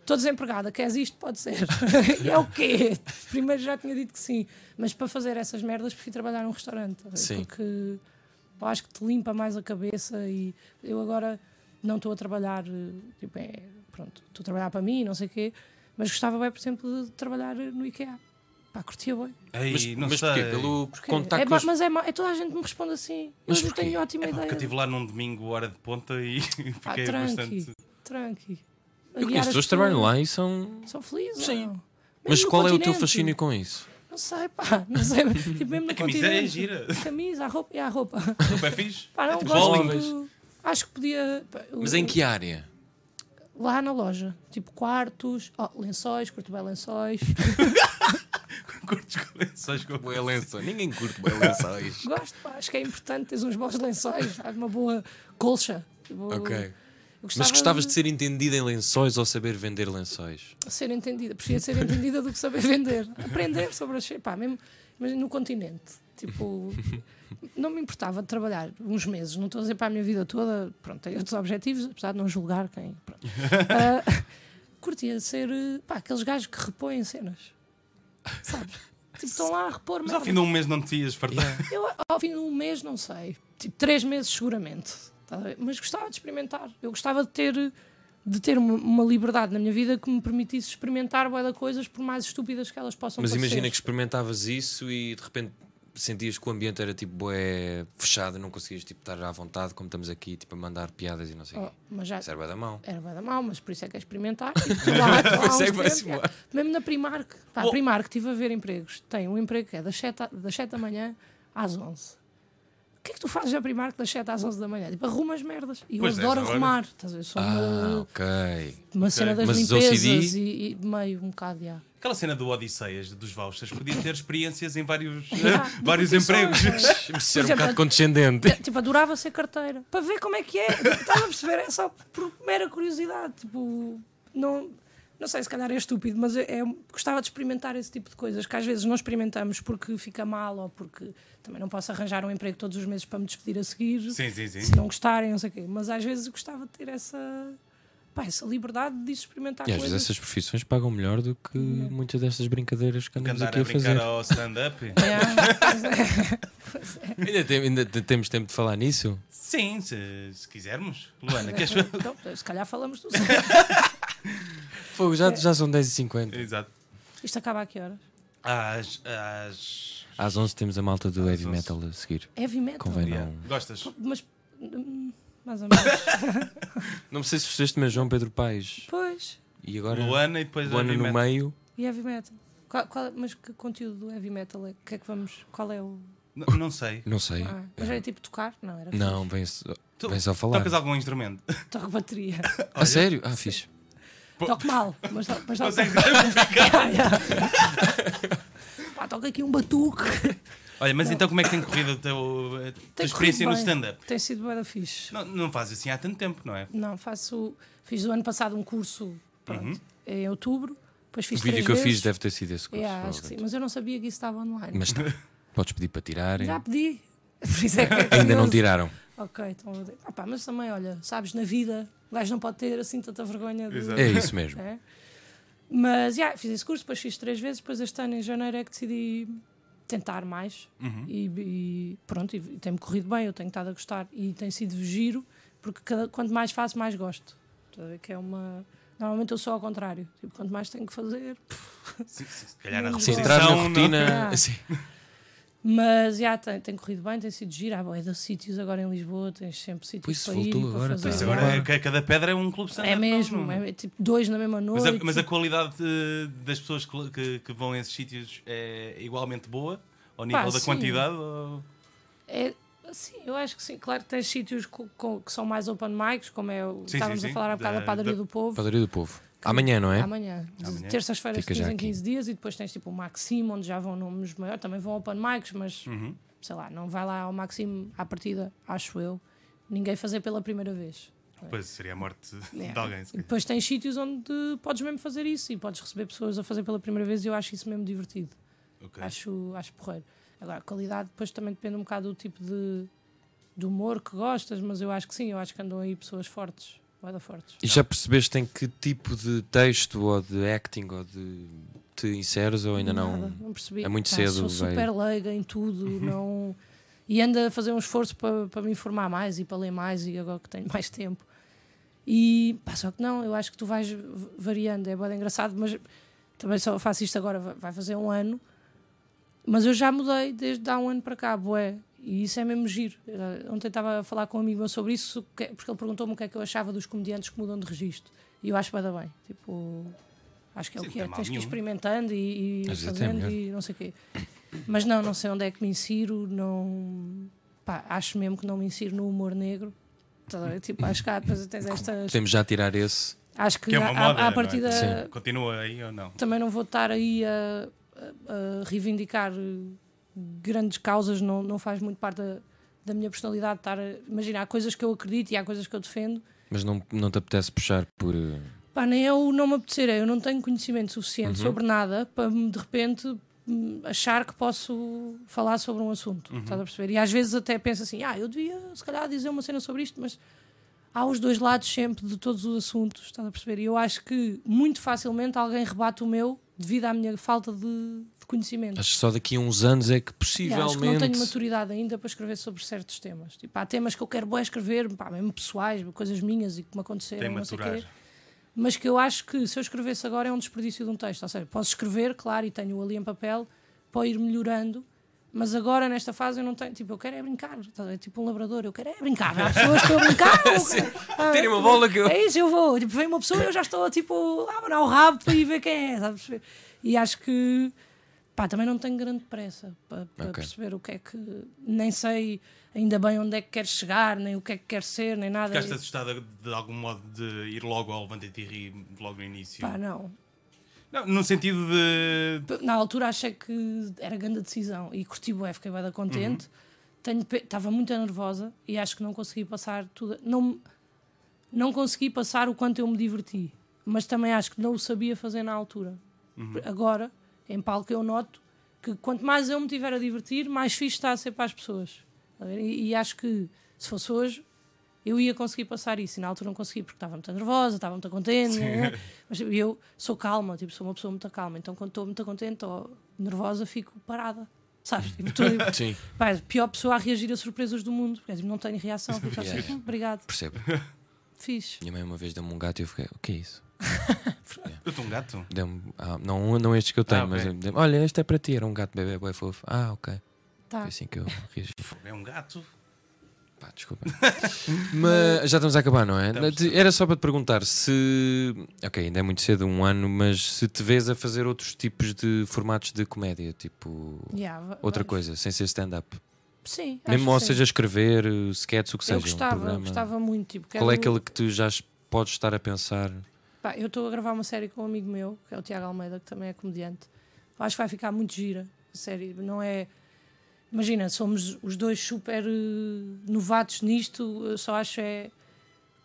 Estou desempregada, queres isto? Pode ser. e é o quê? Primeiro já tinha dito que sim. Mas para fazer essas merdas prefiro trabalhar num restaurante. Sim. Porque eu acho que te limpa mais a cabeça e eu agora não estou a trabalhar, eh, tipo, é, pronto, estou a trabalhar para mim, não sei o quê, mas gostava bem, por exemplo, de trabalhar no IKEA. Pá, curtia bem. Ei, Mas, não mas sei. porquê? Pelo Porque contacto é com ma- as- Mas é, ma- é toda a gente me responde assim. Mas Mas eu porquê? tenho ótima É pá, ideia. porque eu estive lá num domingo, hora de ponta, e fiquei Pá, tranqui, bastante. tranqui. Eu conheço pessoas que trabalham lá e são. São felizes. Sim. não? Mas Mesmo no qual é o teu continente. fascínio com isso? Não sei, pá. Não sei. tipo, mesmo no A camisa é continente. gira. A camisa, a roupa. E a roupa. O pé fixe? Pá, não tipo gosto móveis. muito. Acho que podia. pá, eu- Mas em que área? Lá na loja. Tipo, quartos, ó, lençóis, curto bem lençóis. Curtos com lençóis com Boa lença. Ninguém curte boa lençóis. Gosto, pá, acho que é importante teres uns bons lençóis, sabes, uma boa colcha. Tipo, Ok. eu Mas gostava gostavas de ser entendida em lençóis ou saber vender lençóis? ser entendida. Preferia ser entendida do que saber vender. Aprender sobre as. Pá, mesmo mas no continente. Tipo, não me importava de trabalhar uns meses. Não estou a dizer para a minha vida toda. Pronto, tenho outros objetivos, apesar de não julgar quem. Pronto. Ah, curtia ser eh, pá, aqueles gajos que repõem cenas. Sabes? Tipo, estão lá a repor. Mas ao merda. fim de um mês não te ias fartar. Eu, ao fim de um mês, não sei. Tipo, três meses seguramente. Tá a ver? Mas gostava de experimentar. Eu gostava de ter, de ter uma, uma liberdade na minha vida que me permitisse experimentar bué de coisas, por mais estúpidas que elas possam Mas parecer. imagina que experimentavas isso e de repente sentias que o ambiente era tipo bué fechado, não conseguias tipo estar à vontade, como estamos aqui, tipo a mandar piadas e não sei o Oh, quê. mas já Isso era bué da mão. era bué da mal, mas por isso é que é experimentar. E tu lá, tu lá Por há isso é que uns vai tempos, simular. yeah. Mesmo na Primark, pá, Oh. Primark, estive a ver empregos. Tem um emprego que é das 7, a- das 7 da manhã às 11. O que é que tu fazes na Primark das 7 às 11 da manhã? Tipo, arrumas merdas. E eu Pois é, adoro agora- arrumar. Estás a ver? Sou Ah, uma, ok. uma cena das Mas os limpezas OCD? e, e meio, um bocado, já. Aquela cena do Odisseias, dos vouchers, podia ter experiências em vários, Yeah, de vários empregos. Isso profissões, era um exemplo, bocado condescendente. É, Tipo, adorava ser carteira. Para ver como é que é. Estás a perceber? É só por mera curiosidade. Tipo, não, não sei, se calhar é estúpido, mas é, é- gostava de experimentar esse tipo de coisas que às vezes não experimentamos porque fica mal ou porque também não posso arranjar um emprego todos os meses para me despedir a seguir. sim, sim, sim. Se não gostarem, não sei o quê. Mas às vezes eu gostava de ter essa, pá, essa liberdade de experimentar E às vezes coisas. essas profissões pagam melhor do que muitas destas brincadeiras que andamos Andar aqui a a brincar fazer. ao stand-up. Ah, é, Ainda, tem- ainda te- temos tempo de falar nisso? Sim, se, se quisermos. Luana, queres Então, se calhar falamos do Fogo, É. já, já são 10h50. Exato. Isto acaba a que horas? Às. às... Às 11 temos a malta do heavy 11. metal a seguir. Heavy metal. Convém não. Yeah. Gostas? Mas, hum, mais ou menos. Não sei se fizeste, mas João Pedro Paes. Pois. E agora? Luana e depois Luana heavy no metal. meio. E heavy metal? Qual, qual- mas que conteúdo do heavy metal é? Que é que vamos? Qual é o. Não, não sei. Não sei. Ah, mas era tipo tocar? Não, era Não, vem, só- Tu- tá vem só falar. Tocas algum instrumento? toco bateria. A sério? Ah, é fixe. toco mal, mas, to, mas toco. Consegues Yeah, yeah. Pá, toco aqui um batuque. Olha, mas então como é que tem corrido a teu- a tua Tem experiência corrido no bem. stand-up? Tem sido bué da fixe. Não, não faz assim há tanto tempo, não é? Não, faço. Fiz do ano passado um curso pronto, é em outubro, depois Uhum. O fiz vídeo três que eu vezes. fiz deve ter sido esse curso. Yeah, acho que sim, mas eu não sabia que isso estava online. Mas tá. Podes pedir para tirarem. Já pedi. Por isso é que é Ainda não curioso. tiraram. Ok, então vou dizer. Ah, pá, mas também, olha, sabes, na vida o gajo não pode ter assim tanta vergonha de. Exato. É isso mesmo. né? Mas já fiz esse curso, depois fiz três vezes, depois este ano em janeiro é que decidi tentar mais Uhum. e, e pronto, e tem-me corrido bem, eu tenho estado a gostar e tem sido giro, porque cada- quanto mais faço, mais gosto. Estás a ver Que é uma. Normalmente eu sou ao contrário. Tipo, quanto mais tenho que fazer, Se, se- se calhar na Se Sim, reposição. entrar na não- rotina. não. Sim. Mas já tem, tem corrido bem, tem sido giro. Ah, bom, é de sítios agora em Lisboa, tens sempre sítios Pois, para ir. e voltou para agora, fazer. pois, Mas agora Agora- é- cada pedra é um clube stand-up. É mesmo, não- é, tipo dois na mesma Mas noite. a, mas a qualidade eh, das pessoas que, que- que vão a esses sítios é igualmente boa? Ao nível da sim. quantidade? ou- É, sim, eu acho que sim. Claro que tens sítios co- co- que são mais open mics, como é o, Sim, estávamos sim, a sim. falar há bocado Da- da Padaria da- do Povo. Padaria do Povo. Amanhã, não é? Amanhã, de Amanhã. terças-feiras, Fica 15 já em aqui. 15 dias, e depois tens tipo o Maximo, onde já vão nomes maiores, também vão open mics, mas Uhum. sei lá, não vai lá ao Maximo à partida, acho eu, ninguém fazer pela primeira vez. Pois seria a morte É. de alguém. se E calhar. depois tens sítios onde podes mesmo fazer isso e podes receber pessoas a fazer pela primeira vez, e eu acho isso mesmo divertido. Ok. Acho, acho porreiro. Agora, a qualidade depois também depende um bocado do tipo de, de humor que gostas, mas eu acho que sim, eu acho que andam aí pessoas fortes, boeda fortes. E já percebeste em que tipo de texto ou de acting ou de te inseres ou ainda Nada, não? não percebi. é muito Pá, cedo, Uhum. Sou vai. super leiga em tudo, não. E ando a fazer um esforço para, para me informar mais e para ler mais, e agora que tenho mais tempo. E pá, só que não, eu acho que tu vais v- variando, é bem engraçado, mas também só faço isto agora, va- vai fazer um ano. Mas eu já mudei desde há um ano para cá, bué. E isso é mesmo giro. Eh, Ontem estava a falar com um amigo meu sobre isso, que- porque ele perguntou-me o que é que eu achava dos comediantes que mudam de registro. E eu acho bada bem. Tipo, acho que é Sim, o que não é. tem mal Tens que ir nenhum. experimentando e, e Mas até é fazendo melhor. e não sei o quê. Mas não, não sei onde é que me insiro, não. Pá, acho mesmo que não me insiro no humor negro. Tá bem? Tipo, acho que há, depois tens estas. Podemos já tirar esse. Acho que, Que é uma à- à- moda, não é? à partida Sim. Continua aí ou não? também não vou estar aí a, a- a reivindicar eh, grandes causas, não, não faz muito parte da, da minha personalidade estar a imaginar coisas que eu acredito e há coisas que eu defendo. Mas não, não te apetece puxar por. eh, Pá, nem é o não me apetecer, é eu não tenho conhecimento suficiente sobre nada para me, de repente hum, achar que posso falar sobre um assunto. Estás a perceber? E às vezes até penso assim, ah, eu devia se calhar dizer uma cena sobre isto, mas há os dois lados sempre de todos os assuntos, estás a perceber? E eu acho que muito facilmente alguém rebate o meu devido à minha falta de, de conhecimento. Acho que só daqui a uns anos é que E possivelmente. acho que não tenho maturidade ainda para escrever sobre certos temas. Tipo, há temas que eu quero bué escrever, pá, mesmo pessoais, coisas minhas e que me aconteceram, Tem não sei o maturar. quê mas que eu acho que se eu escrevesse agora é um desperdício de um texto. Ou seja, posso escrever, claro, e tenho ali em papel para ir melhorando, Mas agora, nesta fase, eu não tenho. Tipo, eu quero é brincar. estás a ver? Tipo um labrador, eu quero é brincar. Há pessoas que eu brincar. eu quero- Ah, Tirem uma bola que eu- É isso, eu vou. Tipo, vem uma pessoa e eu já estou, tipo, a abanar o rabo para ir ver quem é, sabes? E acho que. Pá, também não tenho grande pressa para, para Ok. perceber o que é que. Nem sei ainda bem onde é que quero chegar, nem o que é que quero ser, nem nada. Ficaste assustada de algum modo de ir logo ao Levanta-te e ri logo no início? Pá, não. Não, no sentido de. Na altura achei que era grande decisão e curti bué, fiquei bué da contente. Tenho pe- Estava muito nervosa e acho que não consegui passar tudo. Não, não consegui passar o quanto eu me diverti, mas também acho que não o sabia fazer na altura. Agora, em palco, eu noto que quanto mais eu me tiver a divertir, mais fixe está a ser para as pessoas. Está a ver? E, e acho que se fosse hoje, eu ia conseguir passar isso. E na altura não consegui porque estava muito nervosa, estava muito contente. né? Mas tipo, eu sou calma, tipo, sou uma pessoa muito calma. Então quando estou muito contente ou nervosa, fico parada. Sabes? Tipo, estou- Sim. Pá, pior pessoa a reagir a surpresas do mundo, porque tipo, não tenho reação. Fico só assim, "Hum, obrigado, Percebo. fixe. Minha mãe uma vez deu-me um gato e eu fiquei, o que é isso? Eu estou um gato. Deu-me, ah, não, não estes que eu tenho, Ah, ok. mas deu-me, olha, este é para ti, era um gato bebê, boi fofo. Ah, ok. Tá. Foi assim que eu reagi. É um gato. Pá, desculpa. mas já estamos a acabar, não é? Estamos. Era só para te perguntar se. Ok, ainda é muito cedo, um ano, mas se te vês a fazer outros tipos de formatos de comédia, tipo. Yeah, va- Outra vamos. coisa, sem ser stand-up. Sim, acho Mesmo, que ou sim. seja, escrever, eh, sketch, o que seja. eu um gostava, programa. gostava muito. Tipo, Qual é quero- aquele que tu já es- podes estar a pensar? Pá, eu estou a gravar uma série com um amigo meu, que é o Tiago Almeida, que também é comediante. Acho que vai ficar muito gira. a Série, não é. Imagina, somos os dois super eh, novatos nisto, eu só acho é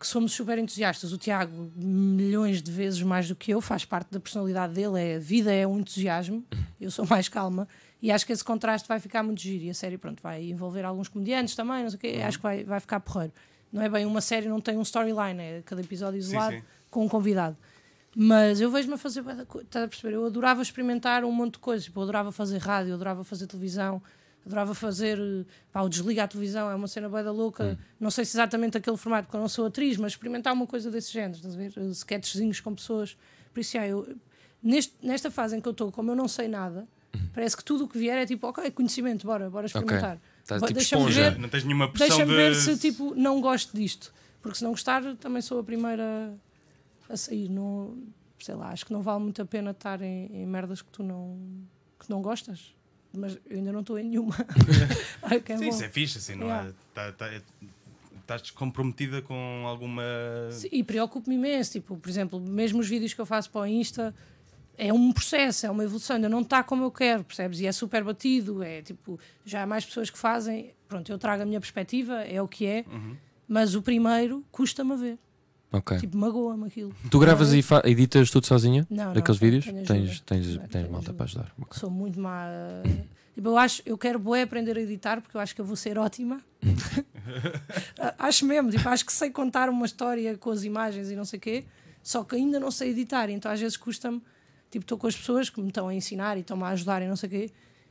que somos super entusiastas. O Tiago, milhões de vezes mais do que eu, faz parte da personalidade dele. É, a vida é um entusiasmo, eu sou mais calma. E acho que esse contraste vai ficar muito giro. E a série, pronto, vai envolver alguns comediantes também, não sei o quê. Uhum. Acho que vai, vai ficar porreiro. Não é bem uma série, não tem um storyline, é cada episódio isolado sim. com um convidado. Mas eu vejo-me a fazer. bué da co- Estás a perceber? Eu adorava experimentar um monte de coisas. Tipo, eu adorava fazer rádio, eu adorava fazer televisão, adorava fazer. eh, Pá, o desliga a televisão, é uma cena bué da louca. Não sei se exatamente aquele formato, porque eu não sou atriz, mas experimentar uma coisa desse género, estás a ver? Eh, Sketchzinhos com pessoas. Por isso, já, eu, neste- nesta fase em que eu estou, como eu não sei nada, parece que tudo o que vier é tipo, ok, conhecimento, bora, bora experimentar. Estás Bo- tipo deixa-me esponja. ver- Não tens nenhuma pressão Deixa-me de. ver se tipo, não gosto disto. Porque se não gostar, também sou a primeira a sair. Não, sei lá, acho que não vale muito a pena estar em, em merdas que tu não, que não gostas. Mas eu ainda não estou em nenhuma. Ai, que é Sim, bom. isso é fixe, assim, não Yeah. é? Tá- tá- é- Estás comprometida com alguma. Sim, E preocupo-me imenso. Tipo, por exemplo, mesmo os vídeos que eu faço para o Insta, é um processo, é uma evolução, ainda não está como eu quero, percebes? E é super batido, é tipo, já há mais pessoas que fazem. Pronto, eu trago a minha perspectiva, é o que é, Uhum. mas o primeiro custa-me a ver. Ok. Tipo, magoa-me aquilo. tu gravas Não, é? e fa- editas tudo sozinha? Não, não, Aqueles tenho- vídeos? tenho ajuda. tens tens, Tenho- tens tenho malta ajuda. para ajudar. Ok. Sou muito má. eh, Tipo, eu acho, eu quero bué aprender a editar porque eu acho que eu vou ser ótima. Ah, acho mesmo, tipo, acho que sei contar uma história com as imagens e não sei o quê, só que ainda não sei editar, então às vezes custa-me, tipo, estou com as pessoas que me estão a ensinar e estão-me a ajudar e não sei o quê,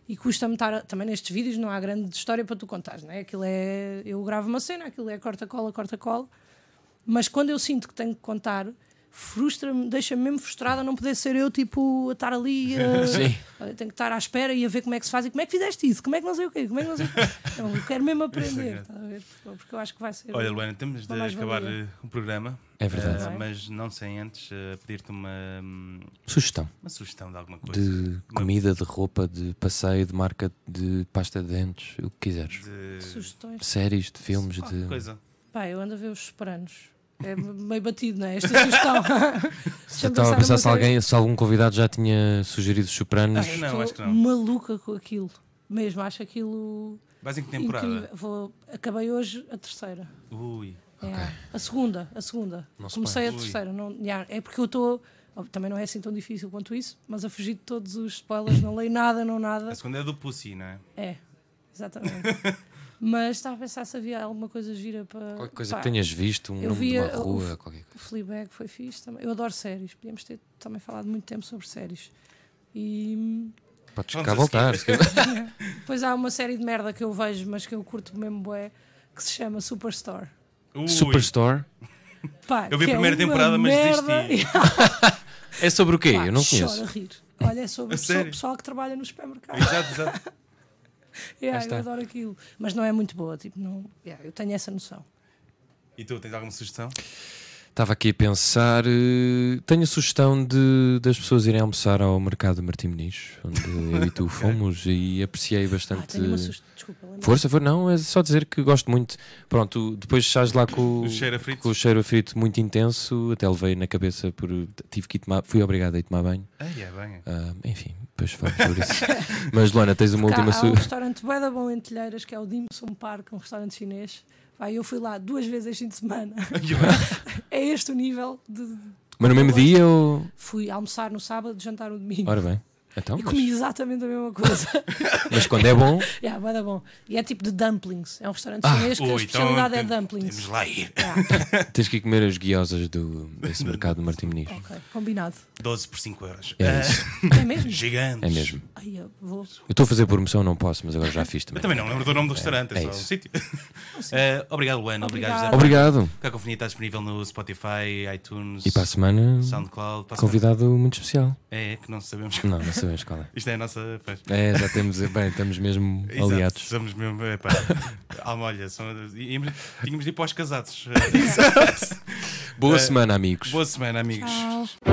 e custa-me estar, a- também nestes vídeos não há grande história para tu contar, não é? Aquilo é, eu gravo uma cena, aquilo é corta-cola, corta-cola, mas quando eu sinto que tenho que contar, frustra-me, deixa-me mesmo frustrada não poder ser eu, tipo, a estar ali. a- Sim. Olha, tenho que estar à espera e a ver como é que se faz e como é que fizeste isso, como é que não sei o quê, como é que não sei o quê. Não, eu quero mesmo aprender, estás a ver? Porque eu acho que vai ser. é Olha, Luana, temos de Uma acabar mais-valia. eh, o programa. É verdade. eh, Ok. mas não sem antes eh, pedir-te uma, hum, Sugestão uma sugestão de alguma coisa. de comida, de roupa, de passeio, de marca, de pasta de dentes, o que quiseres. De- Sugestões. eh, Séries, de filmes, qualquer de. coisa. Pá, eu ando a ver os Sopranos. É meio batido, não é? Esta sugestão. Já Deixa-me estava a pensar numa se série. alguém, se algum convidado já tinha sugerido os Sopranos. Ai, não, Estou acho que não. maluca com aquilo. Mesmo, acho aquilo Vais em que temporada? incrível. Vou... Acabei hoje a terceira. Ui. É, A segunda, a segunda. Não se Comecei a põe. Ui. terceira. Não, já, é porque eu estou. Também não é assim tão difícil quanto isso, mas a fugir de todos os spoilers, não leio nada, não nada. A segunda é do Pussy, não é? É, exatamente. mas estava a pensar se havia alguma coisa gira para. Qualquer coisa pá, que tenhas visto, um eu nome de via uma o- rua, qualquer coisa. O Fleabag foi fixe também. Eu adoro séries. Podíamos ter também falado muito tempo sobre séries. E hum, Podes Vamos cá a voltar. se quiser. depois há uma série de merda que eu vejo, mas que eu curto mesmo bué, que se chama Superstore. Ui. Superstore. Pá, Eu vi que a primeira é uma temporada, mas merda. desisti. É sobre o quê? Pá, Eu não choro conheço. a rir. Olha, é sobre A o pessoal, sério? pessoal que trabalha no supermercado. Exato, exato. Yeah, Aí está. eu adoro aquilo. Mas não é muito boa, tipo, não. yeah, eu tenho essa noção. Ah, E tu tens alguma sugestão? Estava aqui a pensar. eh, Tenho a sugestão de, das pessoas irem almoçar ao mercado Martim Muniz, onde eu e tu fomos e apreciei Ah, bastante. tenho uma sugestão. Desculpa, lembra? Força, for, não, é só dizer que gosto muito. Pronto, depois estás lá com O cheiro a frito. com o cheiro a frito muito intenso, até levei na cabeça por. Tive que ir tomar, fui obrigado a ir tomar banho. Ai, é bem. é. Ah, enfim, depois falo sobre isso. Mas Luana, tens uma Cá última. há um Su... restaurante bué da bom em Telheiras, que é o Dim Sum Park, um restaurante chinês. Vai, eu fui lá duas vezes este fim de semana. Ai, é bem. é este o nível de. Mas no mesmo dia ou. Fui almoçar no sábado, jantar no domingo. Ora bem. Então, e comi mas, exatamente a mesma coisa. mas quando é bom, yeah, bué da bom. E é tipo de dumplings. É um restaurante Ah, chinês que a Ui, então especialidade é tem- dumplings. Temos lá ir. Yeah, tens que ir comer as guiosas do, desse mercado de Martim Muniz. ok, combinado. 12 por 5 euros. É Ah, isso, É mesmo? gigantes. é mesmo. Ai, eu vou. Eu estou a fazer promoção, não posso, mas agora já fiz Eu também. também não lembro do nome do restaurante, é, é só o isso. sítio. Ah, obrigado, Luana. Obrigado, José. Obrigada. Obrigado. A Cacofonia está disponível no Spotify, iTunes, E um para a semana, SoundCloud. Para a semana- convidado muito especial. É, é que não sabemos. Não, não sabemos qual é. Isto é a nossa. Pois. É, já temos, bem, estamos mesmo Exato, aliados. Somos mesmo. Epá, alma, olha, somos- íamos- tínhamos de ir para os casados. Boa semana, amigos. Boa semana, amigos. Tchau.